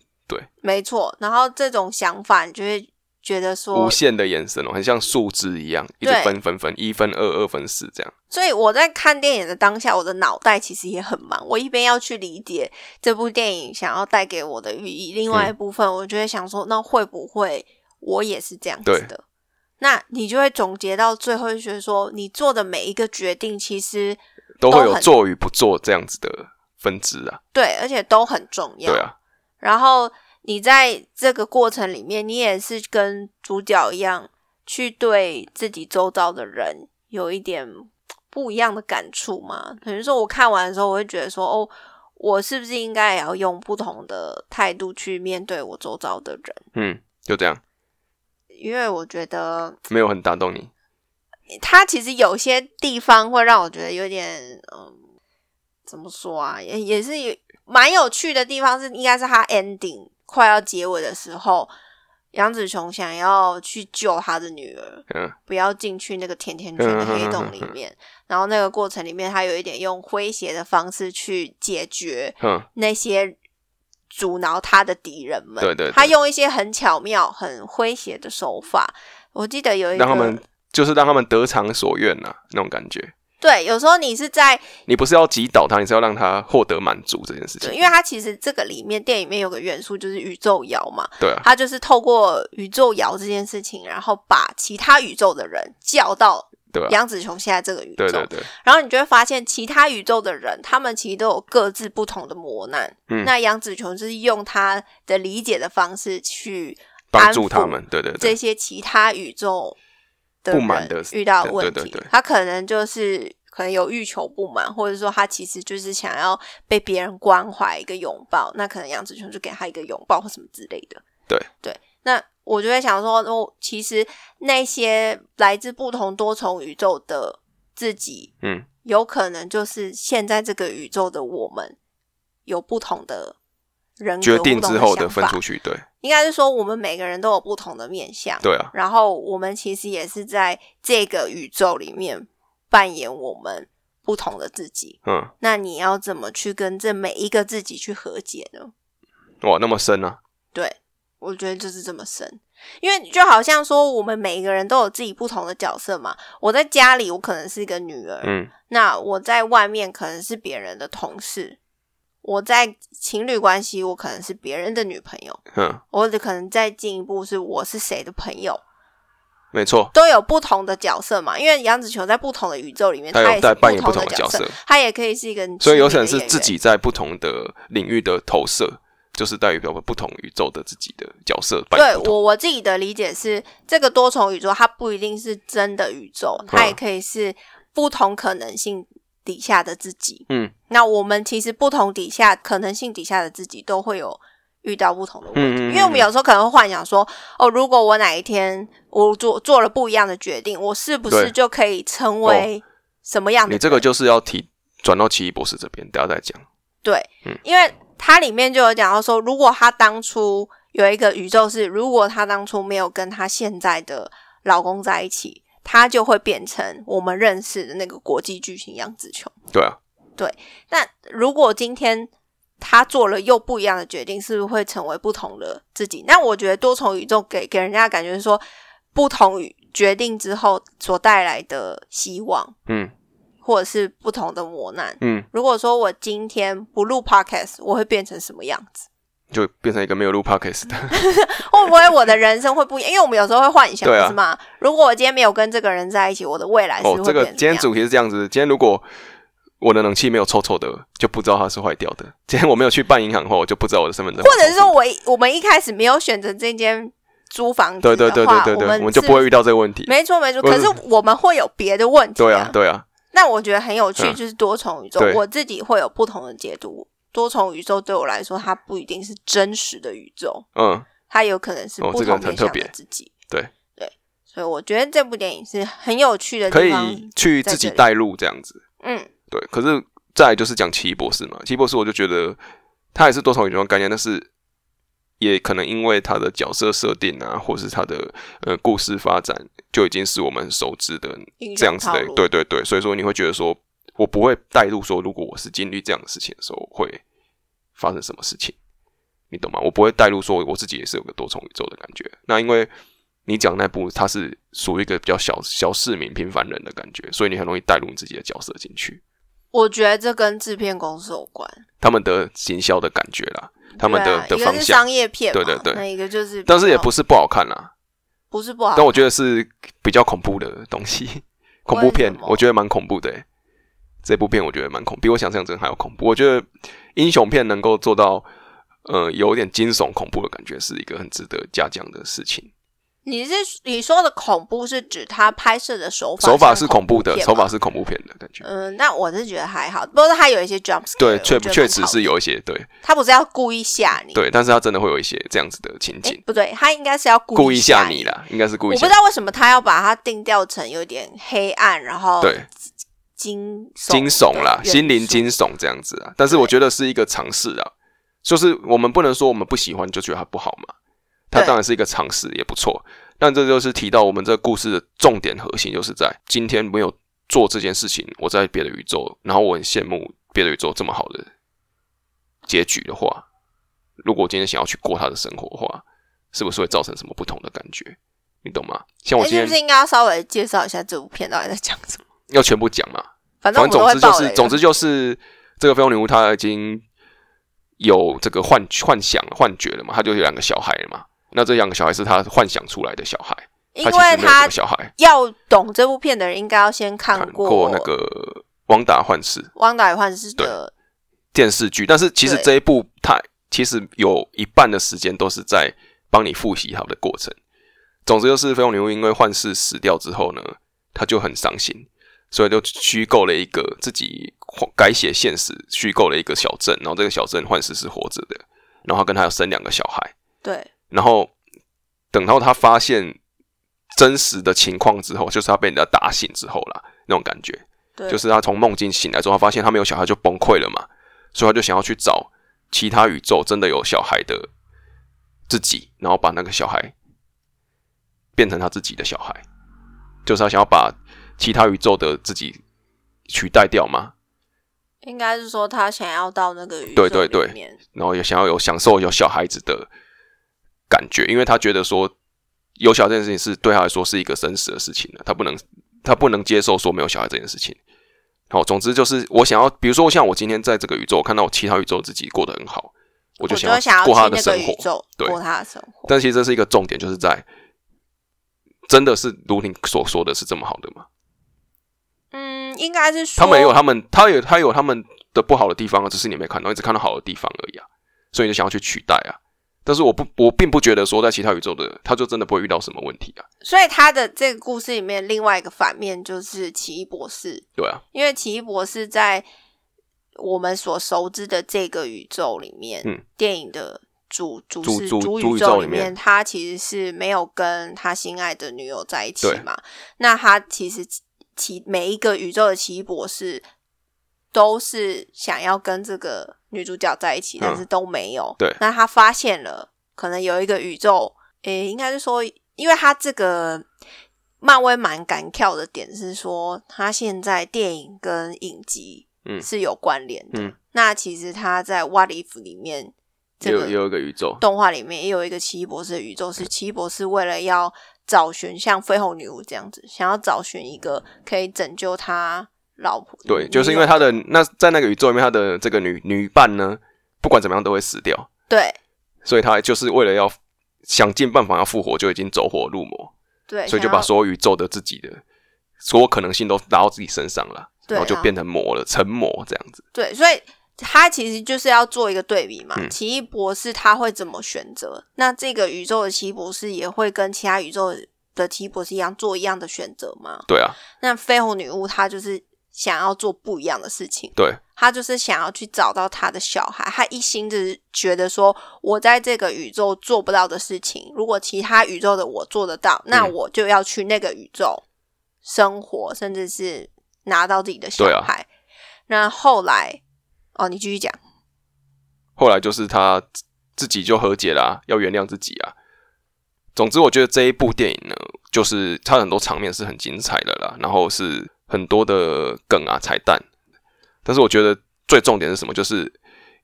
S1: 没错，然后这种想法，你就会觉得说
S2: 无，限的延伸哦，很像树枝一样，一直
S1: 对
S2: 分分分，一分二，二分四这样。
S1: 所以我在看电影的当下，我的脑袋其实也很忙，我一边要去理解这部电影想要带给我的寓意，另
S2: 嗯
S1: 外一部分我就会想说，那会不会我也是这样子的？那你就会总结到最后，就觉得说，你做的每一个决定，其实
S2: 都会
S1: 都
S2: 有
S1: 很
S2: 做与不做这样子的分支啊，
S1: 对，而且都很重要。
S2: 对啊，
S1: 然后你在这个过程里面，你也是跟主角一样，去对自己周遭的人有一点不一样的感触嘛。等于说，我看完的时候，我会觉得说，哦，我是不是应该也要用不同的态度去面对我周遭的人？
S2: 嗯，就这样，
S1: 因为我觉得
S2: 没有很打动你。
S1: 它其实有些地方会让我觉得有点，嗯，怎么说啊，也也是有蛮有趣的地方是，应该是他 ending 快要结尾的时候，杨紫琼想要去救他的女儿，
S2: 嗯，
S1: 不要进去那个甜甜圈的黑洞里面，然后那个过程里面，他有一点用诙谐的方式去解决
S2: 哼，
S1: 那些阻挠他的敌人们，
S2: 对对对
S1: 他用一些很巧妙、很诙谐的手法。我记得有一个
S2: 让他们就是让他们得偿所愿呐、那种感觉。
S1: 对，有时候你是在
S2: 你不是要击倒他，你是要让他获得满足这件事情
S1: 对，。因为它其实这个里面电影里面有个元素就是宇宙摇嘛，
S2: 对啊，
S1: 它就是透过宇宙摇这件事情，然后把其他宇宙的人叫到
S2: 对啊，
S1: 杨紫琼现在这个宇宙，
S2: 对对对，
S1: 然后你就会发现其他宇宙的人，他们其实都有各自不同的磨难。
S2: 嗯
S1: 那杨紫琼就是用她的理解的方式去
S2: 帮助他
S1: 安抚
S2: 们，对对
S1: 这
S2: 对，
S1: 些其他宇宙的
S2: 不
S1: 人
S2: 满的
S1: 遇到的问题，
S2: 对对对对
S1: 他可能就是可能有欲求不满，或者说他其实就是想要被别人关怀一个拥抱，那可能杨子琼就给他一个拥抱或什么之类的。
S2: 对
S1: 对，那我就会想说，哦，其实那些来自不同多重宇宙的自己，
S2: 嗯，
S1: 有可能就是现在这个宇宙的我们有不同的人格
S2: 决定之后
S1: 不同
S2: 的
S1: 的
S2: 分
S1: 想法
S2: 出，去，对
S1: 应该是说我们每个人都有不同的面相。
S2: 对啊，
S1: 然后我们其实也是在这个宇宙里面扮演我们不同的自己。
S2: 嗯，
S1: 那你要怎么去跟这每一个自己去和解呢？
S2: 哇，那么深啊，
S1: 对，我觉得就是这么深，因为就好像说我们每一个人都有自己不同的角色嘛。我在家里，我可能是一个女儿，
S2: 嗯，
S1: 那我在外面可能是别人的同事，我在情侣关系，我可能是别人的女朋友，
S2: 嗯，
S1: 我的可能再进一步是我是谁的朋友，
S2: 没错，
S1: 都有不同的角色嘛。因为杨紫琼在不同的宇宙里面，
S2: 他
S1: 她
S2: 有
S1: 也
S2: 在
S1: 是
S2: 扮演
S1: 不
S2: 不
S1: 同
S2: 同
S1: 的
S2: 的
S1: 角
S2: 角色，
S1: 她也可以是一个知名的演员，
S2: 所以有可能是自己在不同的领域的投射，就是代表不同宇宙的自己的角色扮
S1: 对
S2: 演不同。
S1: 我我自己的理解是，这个多重宇宙它不一定是真的宇宙，
S2: 嗯
S1: 它也可以是不同可能性底下的自己。
S2: 嗯
S1: 那我们其实不同底下可能性底下的自己都会有遇到不同的问题，
S2: 嗯嗯嗯
S1: 因为我们有时候可能会幻想说，哦，如果我哪一天我做做了不一样的决定，我是不是
S2: 对哦
S1: 就可以成为什么样的人？
S2: 你这个就是要提转到奇异博士这边，等一下再讲。
S1: 对，
S2: 嗯
S1: 因为它里面就有讲到说，如果她当初有一个宇宙是，如果她当初没有跟她现在的老公在一起，她就会变成我们认识的那个国际巨星杨紫琼。
S2: 对啊，
S1: 那如果今天她做了又不一样的决定，是不是会成为不同的自己？那我觉得多重宇宙给给人家的感觉是说，不同于决定之后所带来的希望，
S2: 嗯
S1: 或者是不同的磨难。
S2: 嗯，
S1: 如果说我今天不录 podcast，我会变成什么样子？
S2: 就变成一个没有录 podcast
S1: 嗯
S2: 的。
S1: 会不会我的人生会不一样？因为我们有时候会幻想，
S2: 对啊
S1: 是吗？如果我今天没有跟这个人在一起，我的未来是
S2: 哦
S1: 会，
S2: 这
S1: 变
S2: 个
S1: 成
S2: 今
S1: 怎样
S2: 天主题是这样子，今天如果。我的冷气没有臭臭的，就不知道它是坏掉的。 今天我没有去办银行的话，我就不知道我的身份证。
S1: 或者是说我一我们一开始没有选择这间租房子
S2: 对对对
S1: 的
S2: 对
S1: 话，
S2: 对对，我
S1: 我
S2: 们就不会
S1: 是
S2: 遇到这个问题。
S1: 没错没错。
S2: 或
S1: 可
S2: 者
S1: 是我们会有别的问题、
S2: 对啊，对啊，
S1: 那我觉得很有趣，
S2: 嗯
S1: 就是多重宇宙，
S2: 对
S1: 我自己会有不同的解读。多重宇宙对我来说，它不一定是真实的宇宙，
S2: 嗯，
S1: 它有可能是
S2: 哦
S1: 不
S2: 这个
S1: 同
S2: 很
S1: 面
S2: 特
S1: 向
S2: 别
S1: 的自己。
S2: 对
S1: 对，所以我觉得这部电影是很有趣的
S2: 可
S1: 地方。
S2: 以去自己带入这样子。
S1: 嗯，
S2: 对，可是再来就是讲奇异博士嘛，奇异博士我就觉得他也是多重宇宙的概念，但是也可能因为他的角色设定啊，或是他的呃故事发展，就已经是我们熟知的
S1: 运用
S2: 这样子
S1: 套
S2: 的
S1: 路，
S2: 对对对，所以说你会觉得说我不会带入说，如果我是经历这样的事情的时候，会发生什么事情，你懂吗？我不会带入说我自己也是有个多重宇宙的感觉。那因为你讲那部它是属于一个比较小小市民、平凡人的感觉，所以你很容易带入你自己的角色进去，
S1: 我觉得这跟制片公司有关，
S2: 他们的行销的感觉啦，他们的、
S1: 对啊、
S2: 的
S1: 一
S2: 方
S1: 个是
S2: 向，
S1: 商业片嘛，
S2: 对对对
S1: 那一个就是，
S2: 但是也不是不好看啦，
S1: 不是不好，
S2: 但我觉得是比较恐怖的东西， 恐怖片
S1: 为什，么
S2: 我觉得蛮恐怖的欸。这部片我觉得蛮恐，比我想象中还要恐怖。我觉得英雄片能够做到，呃，有点惊悚恐怖的感觉，是一个很值得嘉奖的事情。
S1: 你是你说的恐怖是指他拍摄的手法，
S2: 手法是恐怖的，
S1: 片吗
S2: 手法。是恐怖片的感觉。
S1: 嗯，那我是觉得还好，不过他有一些 jump scare，
S2: 对，
S1: 我
S2: 确
S1: 觉得
S2: 确
S1: 蛮
S2: 实
S1: 讨
S2: 是
S1: 厌，
S2: 有一些对
S1: 他不是要故意吓你，
S2: 对，但是他真的会有一些这样子的情
S1: 诶，
S2: 景，
S1: 不对，他应该是要
S2: 故
S1: 意
S2: 意
S1: 吓
S2: 吓你。啦，应该是故
S1: 我
S2: 意
S1: 不
S2: 吓
S1: 知。道为什么他要把它定调成有点黑暗，然后
S2: 对，
S1: 惊悚
S2: 惊悚啦，
S1: 的元
S2: 心灵
S1: 素
S2: 惊悚这样子啊。但是我
S1: 对
S2: 觉得是一个尝试啊，就是我们不能说我们不喜欢就觉得它不好嘛，它
S1: 对
S2: 当然是一个尝试，也不错。但这就是提到我们这个故事的重点核心，就是在今天没有做这件事情，我在别的宇宙，然后我很羡慕别的宇宙这么好的结局的话，如果我今天想要去过他的生活的话，是不是会造成什么不同的感觉？你懂吗？像我
S1: 诶
S2: 今
S1: 是不哎
S2: 天
S1: 是应该要稍微介绍一下这部片到底在讲什么？
S2: 要全部讲嘛，
S1: 反正我
S2: 反
S1: 们
S2: 正
S1: 都会
S2: 总之就
S1: 爆雷
S2: 是，
S1: 了
S2: 总之就是这个飞龙女巫她已经有这个幻幻想幻觉了嘛，她就有两个小孩了嘛。那这两个小孩是她幻想出来的小孩，
S1: 因
S2: 她其实
S1: 为
S2: 没有这
S1: 他
S2: 个小孩。
S1: 要懂这部片的人，应该要先看
S2: 看
S1: 过
S2: 过那个汪达幻视
S1: 《汪达与幻视》的，
S2: 电视剧，但是其实
S1: 对
S2: 这一部它其实有一半的时间都是在帮你复习它的过程。总之就是飞龙女巫因为幻视死掉之后呢，她就很伤心，所以就虚构了一个自己改写现实，虚构了一个小镇，然后这个小镇幻视是活着的，然后他跟他要生两个小孩，
S1: 对
S2: 然后等到他发现真实的情况之后，就是他被人家打醒之后啦，那种感觉，
S1: 对，
S2: 就是他从梦境醒来之后，他发现他没有小孩就崩溃了嘛，所以他就想要去找其他宇宙真的有小孩的自己，然后把那个小孩变成他自己的小孩，就是他想要把其他宇宙的自己取代掉嘛，
S1: 应该是说他想要到那个宇宙
S2: 对对对
S1: 里面
S2: 然后也想要有享受有小孩子的感觉，因为他觉得说有小孩这件事情啊是对他来说是一个真实的事情了，他不能他不能接受说没有小孩这件事情，好，总之就是我想要，比如说像我今天在这个宇宙我看到我其他宇宙自己过得很好，我
S1: 我
S2: 就
S1: 就
S2: 想
S1: 想
S2: 要
S1: 要
S2: 过他的
S1: 去那
S2: 生
S1: 个宇
S2: 活。
S1: 宙，
S2: 对
S1: 过他的生活。
S2: 但其实这是一个重点，就是在真的是如你所说的是这么好的吗？
S1: 嗯，应该是说
S2: 他们也有他们，他有他有他们的不好的地方啊，只是你没看到，你只看到好的地方而已啊，所以你就想要去取代啊。但是我不，我并不觉得说在其他宇宙的他就真的不会遇到什么问题啊，
S1: 所以他的这个故事里面另外一个反面就是奇异博士，
S2: 对啊，
S1: 因为奇异博士在我们所熟知的这个宇宙里面，
S2: 嗯
S1: 电影的主主
S2: 主
S1: 是
S2: 主主
S1: 宇
S2: 宇宙
S1: 宙
S2: 里
S1: 里
S2: 面
S1: 面，他其实是没有跟他心爱的女友在一起
S2: 对
S1: 嘛。那他其实奇每一个宇宙的奇异博士都是想要跟这个女主角在一起，但是都没有。
S2: 嗯对
S1: 那他发现了，可能有一个宇宙，诶、应该是说，因为他这个漫威蛮敢跳的点是说，他现在电影跟影集
S2: 嗯
S1: 是有关联的。
S2: 嗯
S1: 那其实他在《What If》里面，
S2: 也
S1: 这
S2: 有也
S1: 个
S2: 有一个宇宙，
S1: 动画里面也有一个奇异博士的宇宙，是奇异博士为了要找寻像绯红女巫 E 这样子，想要找寻一个可以拯救他老婆。
S2: 对，
S1: 女
S2: 就是因为
S1: 友
S2: 他的那在那个宇宙里面，他的这个女女伴呢，不管怎么样都会死掉，
S1: 对
S2: 所以他就是为了要想尽办法要复活，就已经走火入魔，
S1: 对，
S2: 所以就
S1: 想
S2: 把
S1: 要
S2: 所有宇宙的自己的所有可能性都拉到自己身上了，
S1: 对
S2: 然后就
S1: 啊
S2: 变成魔了，成魔这样子。
S1: 对，所以他其实就是要做一个对比嘛。
S2: 嗯
S1: 奇异博士他会怎么选择？那这个宇宙的奇异博士也会跟其他宇宙的奇异博士一样做一样的选择吗？
S2: 对啊，
S1: 那绯红女巫她就是想要做不一样的事情，
S2: 对，
S1: 她就是想要去找到她的小孩。她一心就是觉得说，我在这个宇宙做不到的事情，如果其他宇宙的我做得到，那
S2: 嗯
S1: 我就要去那个宇宙生活，甚至是拿到自己的小
S2: 对啊
S1: 孩。那后来，哦，你继续讲。
S2: 后来就是他自自己就和解啦、要原谅自己啊。总之，我觉得这一部电影呢，就是它很多场面是很精彩的啦，然后是很多的梗啊、彩蛋。但是我觉得最重点是什么？就是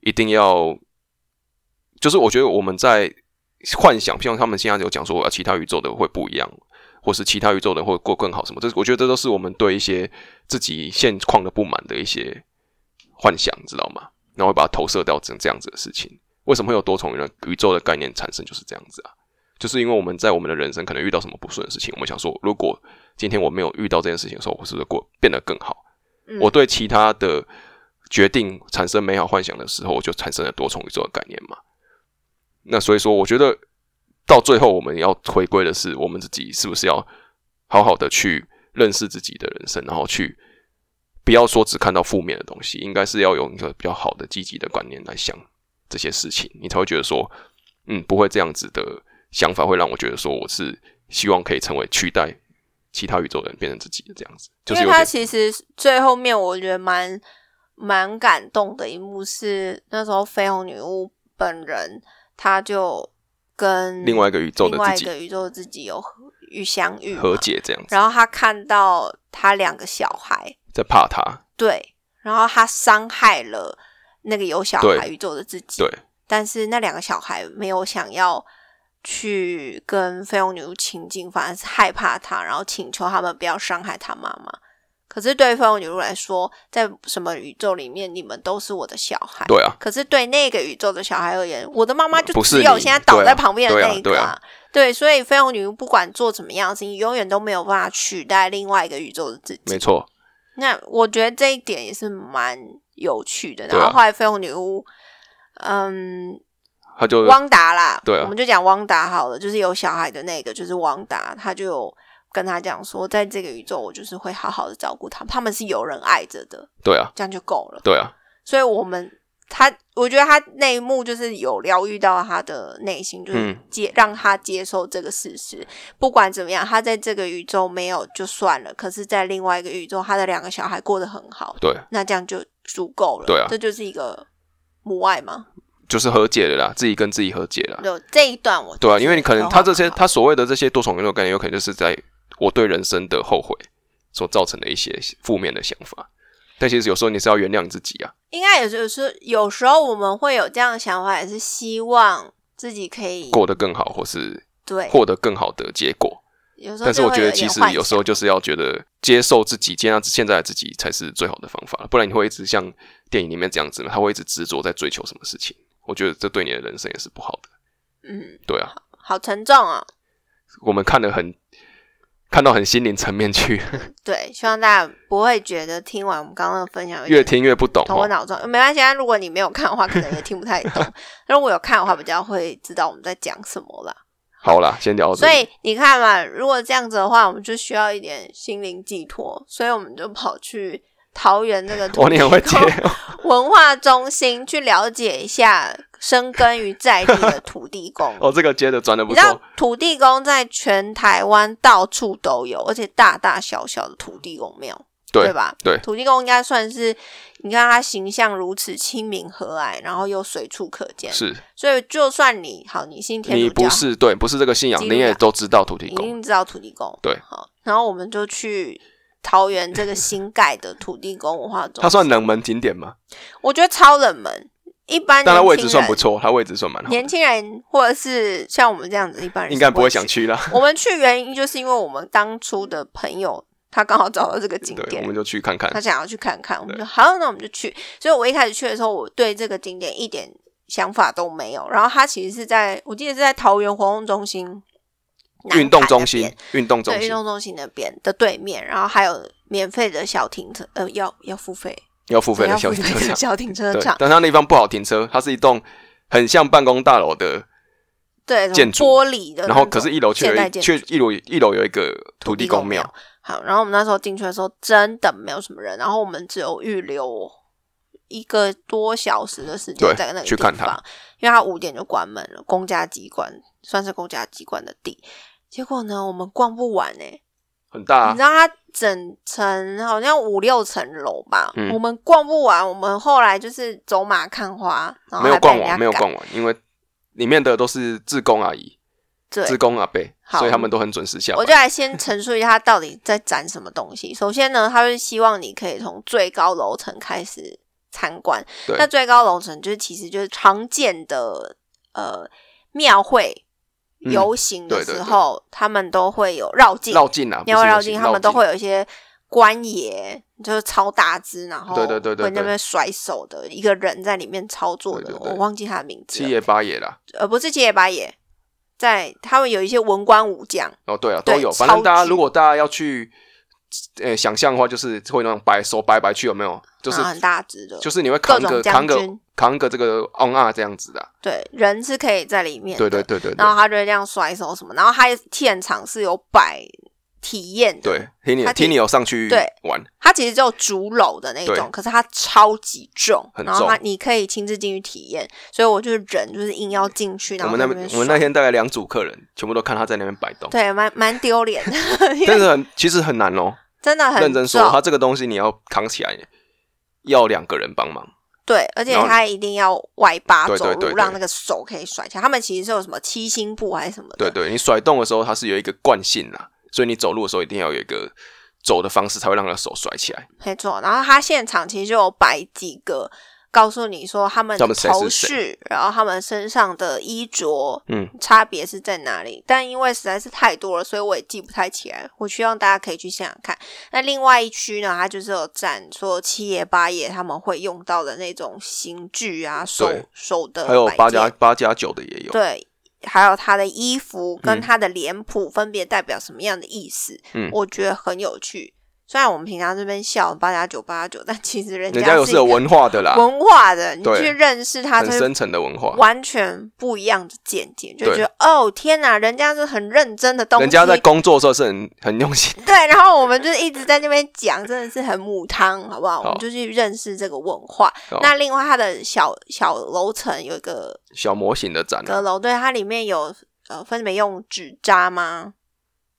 S2: 一定要，就是我觉得我们在幻想，像他们现在有讲说啊，其他宇宙的会不一样，或是其他宇宙的会过更好什么。这我觉得这都是我们对一些自己现况的不满的一些幻想，知道吗？然后会把它投射到成这样子的事情。为什么会有多重宇宇宙的概念产生？就是这样子啊，就是因为我们在我们的人生可能遇到什么不顺的事情，我们想说，如果今天我没有遇到这件事情的时候，我是不是过变得更好？
S1: 嗯
S2: 我对其他的决定产生美好幻想的时候，我就产生了多重宇宙的概念嘛。那所以说，我觉得到最后我们要回归的是我们自己，是不是要好好的去认识自己的人生，然后去不要说只看到负面的东西，应该是要有一个比较好的积极的观念来想这些事情，你才会觉得说，嗯，不会这样子的想法会让我觉得说我是希望可以成为取代其他宇宙人变成自己的这样子，就是
S1: 因
S2: 有
S1: 为他
S2: 点
S1: 其实最后面我觉得蛮蛮感动的一幕是那时候绯红女巫本人，她就跟
S2: 另外一个宇宙的
S1: 另外
S2: 自
S1: 一
S2: 己
S1: 个宇宙的自己有和与相遇嘛
S2: 和，解这样子，
S1: 然后她看到她两个小孩，
S2: 在怕他，
S1: 对，然后她伤害了那个有小孩
S2: 对
S1: 宇宙的自己，
S2: 对
S1: 但是那两个小孩没有想要去跟绯红女巫亲近，反而是害怕她，然后请求他们不要伤害她妈妈。可是对绯红女巫来说，在什么宇宙里面，你们都是我的小孩。
S2: 对啊，
S1: 可是对那个宇宙的小孩而言，我的妈妈就
S2: 不是
S1: 只有
S2: 你
S1: 现在倒
S2: 对啊
S1: 在旁边的
S2: 对啊
S1: 那一个、
S2: 对啊
S1: 对，所以绯红女巫不管做怎么样的事情，永远都没有办法取代另外一个宇宙的自己。
S2: 没错，
S1: 那我觉得这一点也是蛮有趣的。
S2: 对啊
S1: 然后后来绯红女巫，嗯，
S2: 他就
S1: 汪达啦，
S2: 对啊
S1: 我们就讲汪达好了，就是有小孩的那个，就是汪达，他就有跟他讲说，在这个宇宙，我就是会好好的照顾他们，他们是有人爱着的，
S2: 对啊，
S1: 这样就够了。
S2: 对啊，
S1: 所以我们他，我觉得他那一幕就是有疗愈到他的内心，就是
S2: 嗯
S1: 接、让他接受这个事实。不管怎么样，他在这个宇宙没有就算了，可是，在另外一个宇宙，他的两个小孩过得很好，
S2: 对，
S1: 那这样就足够了。
S2: 对啊
S1: 这就是一个母爱嘛。
S2: 就是和解了啦，自己跟自己和解了，
S1: 有这一段我
S2: 啊对啊，
S1: 觉
S2: 因
S1: 得
S2: 为你可能
S1: 很
S2: 他
S1: 好
S2: 这些
S1: 看
S2: 他所谓的这些多重宇宙概念，有可能就是在我对人生的后悔所造成的一些负面的想法。但其实有时候你是要原谅自己啊，
S1: 应该也就是有时候我们会有这样的想法，也是希望自己可以
S2: 过得更好，或是
S1: 对
S2: 获得更好的结果。
S1: 有时候
S2: 但是
S1: 就
S2: 我
S1: 会
S2: 觉得
S1: 一
S2: 其
S1: 点
S2: 实
S1: 幻
S2: 有时候
S1: 想
S2: 就是要觉得接受自己，接纳现在的自己才是最好的方法，不然你会一直像电影里面这样子，他会一直执着在追求什么事情。我觉得这对你的人生也是不好的。
S1: 嗯，
S2: 对啊，
S1: 好沉重哦。
S2: 我们看得很看到很心灵层面去，
S1: 对，希望大家不会觉得听完我们刚刚的分享有
S2: 越
S1: 点
S2: 听越不懂
S1: 头昏
S2: 哦。
S1: 脑胀，没关系。啊如果你没有看的话，可能也听不 太懂；如果有看的话，比较会知道我们在讲什么啦。
S2: 好啦，先聊到这
S1: 所
S2: 里。
S1: 以你看嘛，如果这样子的话，我们就需要一点心灵寄托，所以我们就跑去桃园这个
S2: 我你很会接
S1: 土地公文化中心去了解一下深耕于在地的土地公。
S2: 哦，这个接的转的
S1: 你
S2: 不
S1: 知道
S2: 错。
S1: 土地公在全台湾到处都有，而且大大小小的土地公庙，
S2: 对
S1: 吧？
S2: 对
S1: 土地公应该算是，你看他形象如此亲民和蔼，然后又随处可见，
S2: 是
S1: 所以就算你好，你信呃天
S2: 你
S1: 主教，
S2: 不是对，不是这个信仰，
S1: 基督
S2: 你也
S1: 教
S2: 都知道土地
S1: 一
S2: 公。
S1: 定知道土地公。
S2: 对
S1: 好，然后我们就去桃园这个新盖的土地公文化中心，
S2: 它算冷门景点吗？
S1: 我觉得超冷门，一般
S2: 但它
S1: 年
S2: 位
S1: 轻
S2: 置算
S1: 人
S2: 不错，它位置算蛮好的，
S1: 年轻人或者是像我们这样子一般人
S2: 应该不会想
S1: 去。
S2: 去啦。
S1: 我们去原因就是因为我们当初的朋友他刚好找到这个景
S2: 对，我
S1: 点
S2: 们，就去看看
S1: 他。想要去看看，我们就好，那我们就去。所以我一开始去的时候，我对这个景点一点想法都没有。然后他其实是在我记得是在桃园活动中心、南
S2: 运动
S1: 海那
S2: 中
S1: 边
S2: 心，运动中
S1: 对运
S2: 心
S1: 动中心那边的对面，然后还有免费的小停车，呃，要要付费，
S2: 要付费
S1: 对
S2: 的
S1: 要
S2: 小
S1: 付
S2: 停
S1: 费
S2: 车
S1: 的
S2: 场。
S1: 小停车
S2: 对，
S1: 场，
S2: 但它那地方不好停车，它是一栋很像办公大楼的，
S1: 对，
S2: 建筑
S1: 玻璃呃的那种现代建筑，
S2: 然后可是一楼却有一却一楼一楼有一个土地公
S1: 庙
S2: 庙，。
S1: 好，然后我们那时候进去的时候真的没有什么人，然后我们只有预留一个多小时的时间
S2: 对
S1: 在那个
S2: 去
S1: 地方，
S2: 看它
S1: 因为它五点就关门了，公家机关算是公家机关的地。结果呢，我们逛不完哎、
S2: 很大、
S1: 你
S2: 啊
S1: 知。道它整层好像五六层楼吧，
S2: 嗯
S1: 我们逛不完，我们后来就是走马看花，然后
S2: 没有
S1: 还被
S2: 逛
S1: 人家
S2: 完，没有
S1: 赶
S2: 逛完，因为里面的都是志工阿姨、
S1: 对，
S2: 志工阿伯，
S1: 好
S2: 所以他们都很准时下班。
S1: 我就来先陈述一下它到底在展什么东西。首先呢，它是希望你可以从最高楼层开始参观。
S2: 对
S1: 那最高楼层就是其实就是常见的呃庙会
S2: 嗯
S1: 游行的
S2: 对对
S1: 时
S2: 对
S1: 候，他们都会有绕境，
S2: 绕境啊，
S1: 庙会
S2: 不是
S1: 绕
S2: 游行
S1: 境，他们都会有一些官爷，就是超大只，然后
S2: 对对对对
S1: 会在那
S2: 对
S1: 边甩手的一个人在里面操作的，
S2: 对对对
S1: 我忘记他的名字
S2: 七
S1: 了，
S2: 爷八爷啦。
S1: 呃，不是七爷八爷。在他们有一些文官武将，
S2: 哦，对啊，
S1: 对
S2: 都有。反正大
S1: 超
S2: 家
S1: 级
S2: 如果大家要去，呃，想象的话，就是会那种白手白白去，有没有？就是
S1: 然后很大只的，
S2: 就是你会扛
S1: 各
S2: 个
S1: 种将
S2: 扛个
S1: 军
S2: 扛个这个 on 啊这样子的啊。
S1: 对，人是可以在里面的。
S2: 对对对对
S1: 然
S2: 对
S1: 后他就会这样甩手什么，然后他现场是有摆体验的，
S2: 对，听你
S1: 他
S2: 听
S1: 挺
S2: 你有上去
S1: 对
S2: 玩，
S1: 它其实只有竹篓的那种
S2: 对，
S1: 可是它超级重，
S2: 很
S1: 然后它
S2: 重
S1: 你可以亲自进去体验，所以我就是人就是硬要进去，
S2: 我
S1: 然后
S2: 们那
S1: 在
S2: 边
S1: 边
S2: 我们那
S1: 甩
S2: 天大概两组客人，全部都看他在那边摆动，
S1: 对蛮蛮丢脸的，因
S2: 但
S1: 为
S2: 是很其实很难哦。
S1: 真的很
S2: 认真说，
S1: 重
S2: 他这个东西你要扛起来，要两个人帮忙。
S1: 对，而且
S2: 然后
S1: 他一定要外八
S2: 对
S1: 走
S2: 对对
S1: 路，
S2: 对
S1: 让那个手可以甩起来。他们其实是有什么七星步还是什么
S2: 对
S1: 的，
S2: 对，你甩动的时候它是有一个惯性啦，所以你走路的时候一定要有一个走的方式，才会让他的手甩起来。
S1: 没错，然后他现场其实就有摆几个，告诉你说他们
S2: 他
S1: 的
S2: 们谁
S1: 头
S2: 是谁
S1: 饰，然后他们身上的衣着，
S2: 嗯，
S1: 差别是在哪里。但因为实在是太多了，所以我也记不太起来。我希望大家可以去现场看。那另外一区呢，它就是有展说七爷八爷他们会用到的那种刑具啊，手
S2: 对
S1: 手的
S2: 还有
S1: 摆
S2: 八
S1: 件
S2: 加八加九的也有，
S1: 对，还有他的衣服跟
S2: 嗯
S1: 他的脸谱分别代表什么样的意思，
S2: 嗯
S1: 我觉得很有趣。虽然我们平常这边笑八加九八加九， 但其实人
S2: 人家有
S1: 是
S2: 是有
S1: 一个
S2: 文化的啦，
S1: 文化的，你
S2: 对
S1: 去认识他，
S2: 很
S1: 就
S2: 深
S1: 是
S2: 层的文化。
S1: 完全不一样的见解，就
S2: 对
S1: 觉得哦天哪，人家是很认真的东西，
S2: 人家在工作的时候是很很用心，
S1: 对，然后我们就是一直在那边讲，真的是很母汤，好不好？我们就去认识这个文化。
S2: 好
S1: 那另外，它的小小楼层有一个
S2: 小模型的展啊览
S1: 阁楼，对，它里面有呃分别用纸扎吗？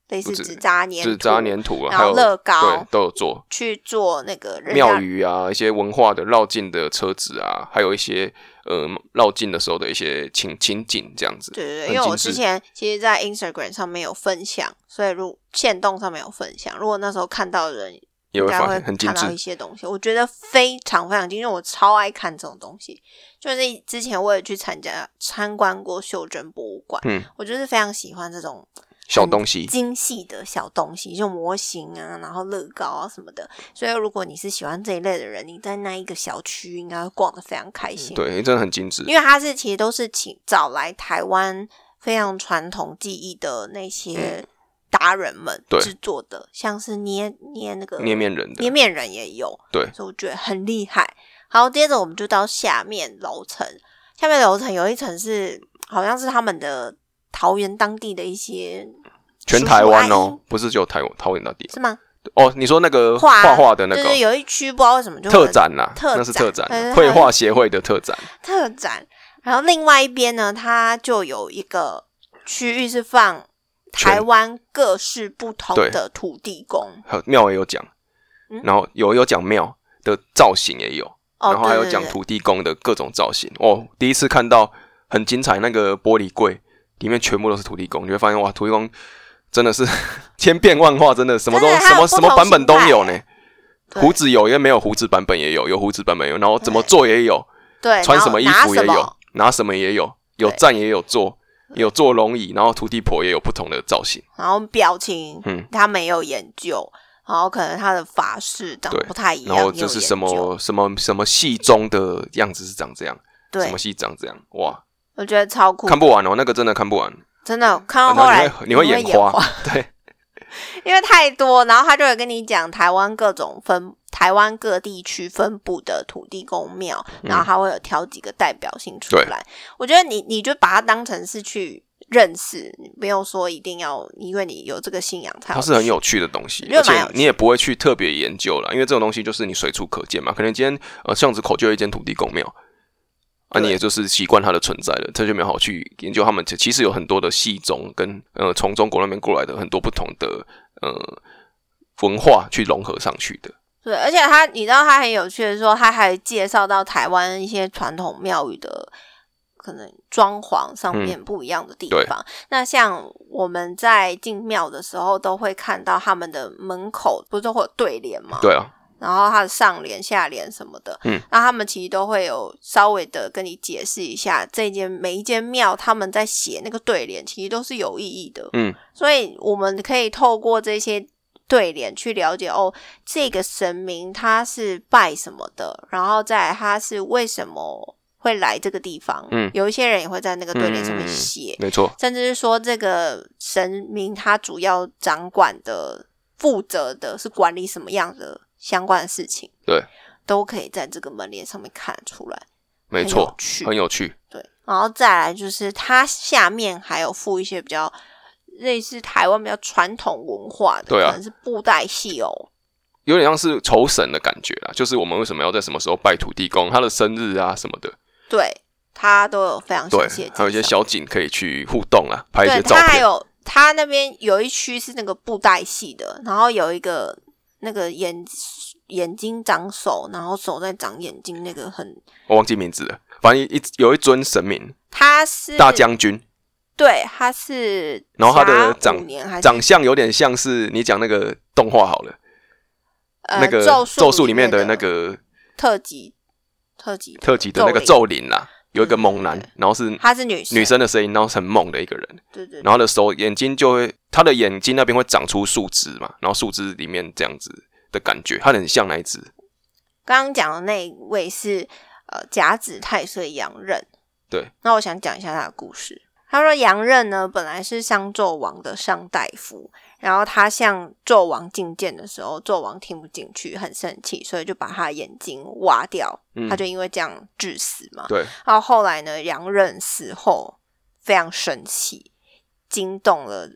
S1: 类似
S2: 不止
S1: 纸扎粘土，
S2: 纸扎粘土啊，
S1: 然
S2: 还
S1: 后
S2: 有
S1: 乐
S2: 对
S1: 高
S2: 都有做
S1: 去做那个人
S2: 庙
S1: 家
S2: 宇啊，一些文化的绕境的车子啊，还有一些呃绕境的时候的一些情情景这样子。
S1: 对对
S2: 很
S1: 对，因为
S2: 精
S1: 我之
S2: 致
S1: 前其实，在 Instagram 上面有分享，所以如线动上面有分享，如果那时候看到的人，
S2: 也
S1: 应
S2: 会
S1: 该
S2: 发
S1: 会
S2: 现很精
S1: 看到一
S2: 致，
S1: 些东西，我觉得非常非常精致，因为我超爱看这种东西。就是之前我也去参加参观过袖珍博物馆，
S2: 嗯，
S1: 我就是非常喜欢这种
S2: 小东西，
S1: 精细的小东西，就模型啊，然后乐高啊什么的。所以如果你是喜欢这一类的人，你在那一个小区应该会逛得非常开心。
S2: 嗯对，真的很精致。
S1: 因为它是其实都是请找来台湾非常传统技艺的那些达人们
S2: 嗯对
S1: 制作的，像是捏捏那个
S2: 捏面人的
S1: 捏，面人也有，
S2: 对
S1: 所以我觉得很厉害。好，接着我们就到下面楼层，下面楼层有一层是好像是他们的桃园当地的一些
S2: 全
S1: 叔叔
S2: 台湾
S1: 阿
S2: 哦
S1: 姨，
S2: 不是只有台湾桃园那地
S1: 是吗？
S2: 哦。你说那个
S1: 画
S2: 画画的那
S1: 就是
S2: 个
S1: 有一区不知道为什么就
S2: 特展呐，
S1: 特展
S2: 那是特展
S1: 但是，它
S2: 绘画协会的特展，
S1: 特展，然后另外一边呢，它就有一个区域是放
S2: 全
S1: 台湾各式不同
S2: 对
S1: 的土地公
S2: 还有庙也有讲
S1: 嗯，
S2: 然后有有讲庙的造型也有，
S1: 哦，
S2: 然后还有
S1: 对
S2: 讲，土地公的各种造型。哦，第一次看到很精彩，那个玻璃柜里面全部都是土地公，你会发现哇，土地公真的是 千变万化，真的什么都
S1: 真的
S2: 什
S1: 还有
S2: 么
S1: 不同
S2: 什么版本都有
S1: 形态
S2: 呢。
S1: 对
S2: 胡子有，也没有胡子版本也有，有胡子版本也有，然后怎么做也有，
S1: 对对，
S2: 穿
S1: 然
S2: 什
S1: 后
S2: 么衣
S1: 拿
S2: 服也
S1: 什么
S2: 有，拿什么也有，有
S1: 对嗯
S2: 站也有坐，有坐龙椅，然后土地婆也有不同的造型。
S1: 然后表情，
S2: 嗯
S1: 他没有研究，然后可能他的法式长得
S2: 对
S1: 不太一样，
S2: 然后
S1: 没有
S2: 就是
S1: 研
S2: 什
S1: 究，
S2: 么什么什么戏中的样子是长这样，什
S1: 对
S2: 么，戏长这样，哇，
S1: 我觉得超酷，
S2: 看不完哦，那个真的看不完。
S1: 真的看
S2: 然
S1: 到后来
S2: 后你会你会眼花，对，
S1: 因为太多，然后他就会跟你讲台湾各种分台湾各地区分布的土地公庙，然后
S2: 嗯
S1: 他会有挑几个代表性出来。我觉得你你就把它当成是去认识，你没有说一定要因为你有这个信仰才
S2: 它是很
S1: 去
S2: 有趣的东西
S1: 我，觉
S2: 而
S1: 得蛮有
S2: 且
S1: 趣
S2: 你也不会去特别研究了，因为这种东西就是你随处可见嘛。可能今天呃巷子口就有一间土地公庙，啊，
S1: 对
S2: 你也就是习惯它的存在了，这就没有好去研究他们。其其实有很多的戏种跟呃从中国那边过来的很多不同的呃文化去融合上去的。
S1: 对，而且他，你知道他很有趣的是说，他还介绍到台湾一些传统庙宇的可能装潢上面不一样的地方。那像我们在进庙的时候，都会看到他们的门口不是都会有对联吗？
S2: 对啊，
S1: 然后它的上联、下联什么的，
S2: 嗯，
S1: 那他们其实都会有稍微的跟你解释一下，这间每一间庙他们在写那个对联，其实都是有意义的，
S2: 嗯，
S1: 所以我们可以透过这些对联去了解哦，这个神明他是拜什么的，然后再来他是为什么会来这个地方，
S2: 嗯
S1: 有一些人也会在那个对联上面
S2: 嗯嗯嗯
S1: 写，
S2: 没错，
S1: 甚至是说这个神明他主要掌管的、负责的是管理什么样的相关的事情，
S2: 对，
S1: 都可以在这个门帘上面看得出来，
S2: 没
S1: 很有
S2: 错，
S1: 趣
S2: 很有趣。
S1: 对。然后再来就是它下面还有附一些比较类似台湾比较传统文化的，
S2: 对啊
S1: 可能是布袋戏哦，
S2: 有点像是酬神的感觉啦，就是我们为什么要在什么时候拜土地公，他的生日啊什么的，
S1: 对，它都有非常
S2: 对
S1: 详细的，
S2: 还有一
S1: 介
S2: 些
S1: 绍
S2: 小景可以去互动啊，拍一
S1: 对，
S2: 些照
S1: 它还
S2: 片。
S1: 有它那边有一区是那个布袋戏的，然后有一个那个眼眼睛长手，然后手在长眼睛，那个很
S2: 我忘记名字了，反正一有一尊神明
S1: 它是
S2: 大将军，
S1: 对，它是
S2: 然后它的
S1: 甲
S2: 长
S1: 午年还是
S2: 长相有点像是你讲那个动画好了，
S1: 呃
S2: 那个
S1: 咒
S2: 咒术
S1: 里
S2: 里面
S1: 的
S2: 的那个
S1: 特辑特辑
S2: 特辑的那个
S1: 咒灵，
S2: 咒灵啦，有一个猛男
S1: 对对，
S2: 然后是
S1: 她是女
S2: 女生的声音，然后是很猛的一个人，
S1: 对对对
S2: 然后他的手眼睛就会，他的眼睛那边会长出树枝嘛，然后树枝里面这样子的感觉，它很像那一只，
S1: 刚刚讲的那一位是呃甲子太岁杨任。
S2: 对，
S1: 那我想讲一下他的故事。他说杨任呢本来是商纣王的商大夫，然后他向纣王觐见的时候，纣王听不进去，很生气，所以就把他的眼睛挖掉，
S2: 嗯
S1: 他就因为这样致死嘛。
S2: 对，
S1: 然后后来呢，杨任死后非常生气，惊动了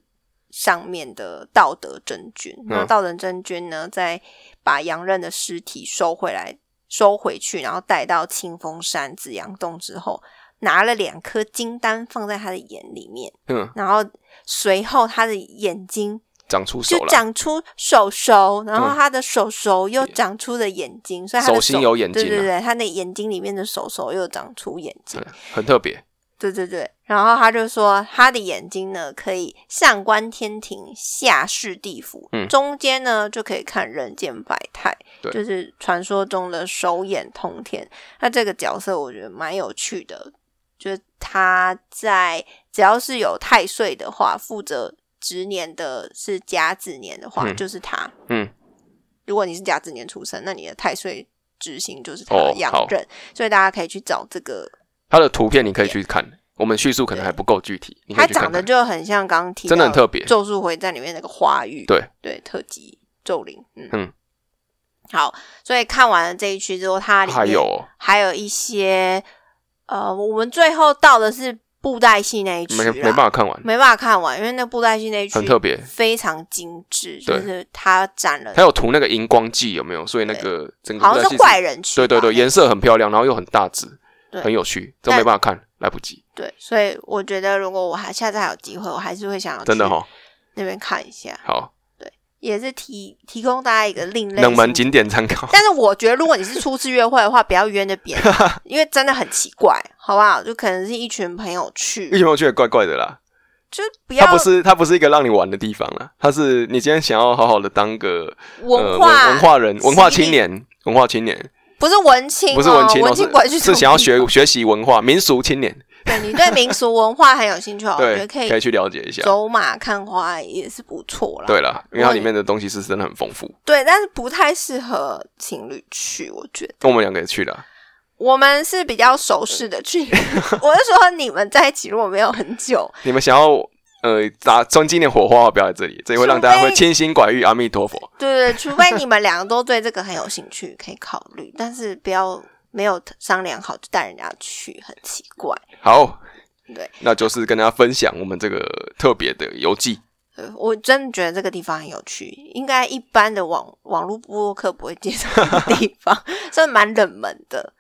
S1: 上面的道德真君。
S2: 嗯
S1: 那道德真君呢，再把杨任的尸体收回来，收回去，然后带到清风山紫阳洞之后，拿了两颗金丹放在他的眼里面，
S2: 嗯，
S1: 然后随后他的眼睛
S2: 长出手
S1: 就
S2: 了，
S1: 长出手手，然后
S2: 嗯
S1: 他的手手又长出了眼睛，所以他的
S2: 手心有眼睛、
S1: 对
S2: 啊，
S1: 对对，他那眼睛里面的手手又长出眼睛
S2: 对，，很特别，
S1: 对对对。然后他就说，他的眼睛呢可以上观天庭，下视地府，
S2: 嗯
S1: 中间呢就可以看人间百态，
S2: 对
S1: 就是传说中的手眼通天。那这个角色我觉得蛮有趣的，就是他在只要是有太岁的话，负责值年的是甲子年的话，
S2: 嗯
S1: 就是他。
S2: 嗯，
S1: 如果你是甲子年出生，那你的太岁执行就是他
S2: 哦
S1: 阳
S2: 好
S1: 刃，所以大家可以去找这个。
S2: 它的图片你可以去看，我们叙述可能还不够具体，你可
S1: 它
S2: 以去看
S1: 长得
S2: 看。
S1: 就很像刚刚提到
S2: 真的很特
S1: 《
S2: 别
S1: 咒术回战》里面那个花玉，
S2: 对
S1: 对，特级咒灵，嗯
S2: 嗯
S1: 好，所以看完了这一区之后，它里面
S2: 还有哦
S1: 还有一些呃，我们最后到的是布袋戏那一区
S2: 没
S1: 啦
S2: 没办法看完，
S1: 没办法看完，因为那布袋戏那一区
S2: 很特别
S1: 非常精致，就
S2: 对
S1: 是它展了
S2: 它有涂那个荧光剂有没有？所以那个整个
S1: 好像是
S2: 布袋戏
S1: 怪人区吧，
S2: 对对对，
S1: 那个
S2: 颜色很漂亮，然后又很大只，
S1: 对
S2: 很有趣，这个没办法看，来不及，
S1: 对，所以我觉得如果我还下次还有机会，我还是会想要
S2: 真的哦
S1: 去
S2: 哈。
S1: 那边看一下。
S2: 好，
S1: 也是提提供大家一个另类
S2: 冷门
S1: 书
S2: 景点参考。
S1: 但是我觉得，如果你是初次约会的话，不要约那 边，因为真的很奇怪，好不好？就可能是一群朋友
S2: 为
S1: 去，
S2: 什么觉得怪怪的啦？
S1: 就不要
S2: 哎它不是它不是一个让你玩的地方啦，它是你今天想要好好的当个呃
S1: 文
S2: 文
S1: 化、
S2: 文化人、文化青
S1: 洗礼
S2: 年、文化青年，
S1: 不是文青哦、
S2: 不是文青哦，
S1: 文青不会去
S2: 是
S1: 这种
S2: 是想要
S1: 地方
S2: 学。学习文化、民俗青年，
S1: 对你对民俗文化很有兴趣哦，我觉
S2: 对，
S1: 得可
S2: 可以
S1: 以
S2: 去了解一下。
S1: 走马看花也是不错啦。
S2: 对啦，因为
S1: 如果
S2: 它
S1: 你
S2: 里面的东西是真的很丰富，
S1: 对，但是不太适合情侣去，我觉得。
S2: 跟我们两个也去了，
S1: 我们是比较熟识的去， 我是说你们在一起如果没有很久，
S2: 你们想要呃打钻今年火花的不要在这里，这里会让大家
S1: 除非
S2: 会清心寡欲。阿弥陀佛，
S1: 对对，除非你们两个都对这个很有兴趣，可以考虑，但是不要没有商量好就带人家去，很奇怪。
S2: 好，
S1: 对，
S2: 那就是跟大家分享我们这个特别的游记。
S1: 呃我真的觉得这个地方很有趣，应该一般的网网络部落客不会介绍的地方，算蛮冷门的。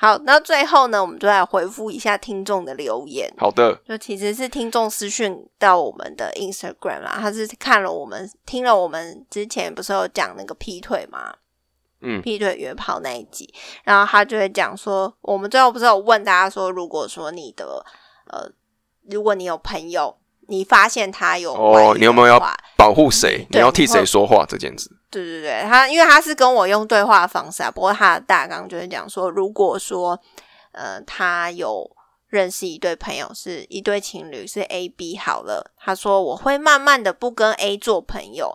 S1: 好，那最后呢，我们就来回复一下听众的留言。
S2: 好的，
S1: 就其实是听众私讯到我们的 Instagram 啦，他是看了我们听了我们之前不是有讲那个劈腿吗？
S2: 嗯
S1: 劈腿约炮那一集，然后他就会讲说，我们最后不是有问大家说，如果说你的呃，如果你有朋友，你发现他有
S2: 哦
S1: 外遇的
S2: 你有没有要
S1: 话嗯
S2: 保护谁？你
S1: 对
S2: 要替
S1: 你会
S2: 谁说话这件事？
S1: 对对对，他因为他是跟我用对话的方式啊，不过他的大纲就是讲说，如果说呃他有认识一对朋友是一对情侣是 A B 好了，他说我会慢慢的不跟 A 做朋友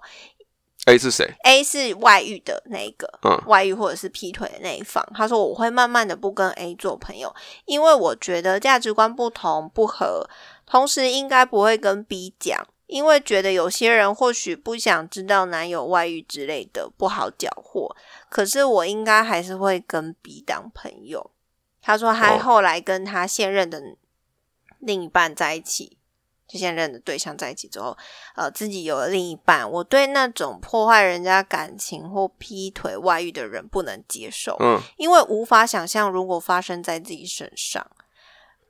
S2: 哎，是谁？
S1: ，A 是外遇的那一个，
S2: 嗯
S1: 外遇或者是劈腿的那一方，他说我会慢慢的不跟 A 做朋友，因为我觉得价值观不同不合，同时应该不会跟 B 讲，因为觉得有些人或许不想知道男友外遇之类的不好搅和，可是我应该还是会跟 B 当朋友。他说他
S2: 哦
S1: 后来跟他现任的另一半在一起，就现任的对象在一起之后，呃，自己有了另一半，我对那种破坏人家感情或劈腿、外遇的人不能接受。
S2: 嗯，
S1: 因为无法想象如果发生在自己身上。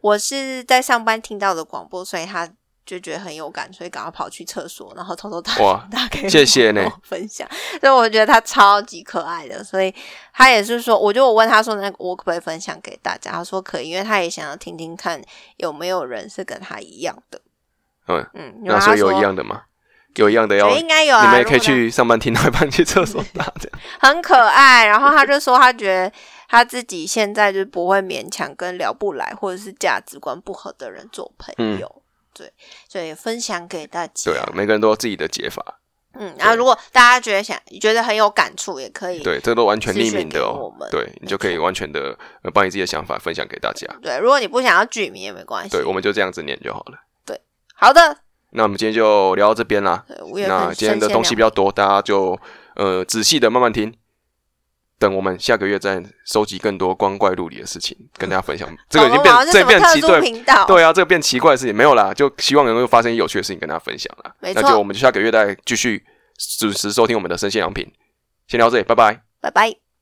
S1: 我是在上班听到的广播，所以他就觉得很有感，所以赶快跑去厕所，然后偷偷打
S2: 哇
S1: 打给我
S2: 谢谢呢
S1: 跟我分享。所以我觉得他超级可爱的，所以他也是说，我就我问他说，那个我可不可以分享给大家？他说可以，因为他也想要听听看有没有人是跟他一样的。
S2: 嗯
S1: 嗯，然后
S2: 那所
S1: 他
S2: 以有
S1: 说
S2: 一样的吗？有一样的要，
S1: 觉得应
S2: 你
S1: 该有啊，
S2: 们也可以
S1: 如果他
S2: 去上班听到一半去厕所打的。
S1: 很可爱。然后他就说，他觉得他自己现在就不会勉强跟聊不来或者是价值观不合的人做朋友。对，所以分享给大家。
S2: 嗯对啊，每个人都有自己的解法，
S1: 嗯，然后如果大家觉得想觉得很有感触，也可以
S2: 对，这都完全匿名的
S1: 私讯给我
S2: 哦
S1: 们。
S2: 对你就可以完全的呃，把你自己的想法分享给大家。
S1: 对如果你不想要剧名也没关系。
S2: 对，我们就这样子念就好了。
S1: 好的，
S2: 那我们今天就聊到这边啦。
S1: 对五月份
S2: 那今天的
S1: 剩下
S2: 东西比较多，大家就呃仔细的慢慢听。等我们下个月再收集更多光怪陆离的事情跟大 家分享。这个已经变
S1: 好了，
S2: 这
S1: 这
S2: 变
S1: 特
S2: 奇
S1: 殊
S2: 对
S1: 频道，，
S2: 对啊，这个变奇怪的事情没有啦，就希望能够发生有趣的事情跟大家分享啦。
S1: 没
S2: 那
S1: 错
S2: 就我们就下个月再继续准时收听我们的生鲜良品。先聊到这里，拜拜。
S1: 拜拜。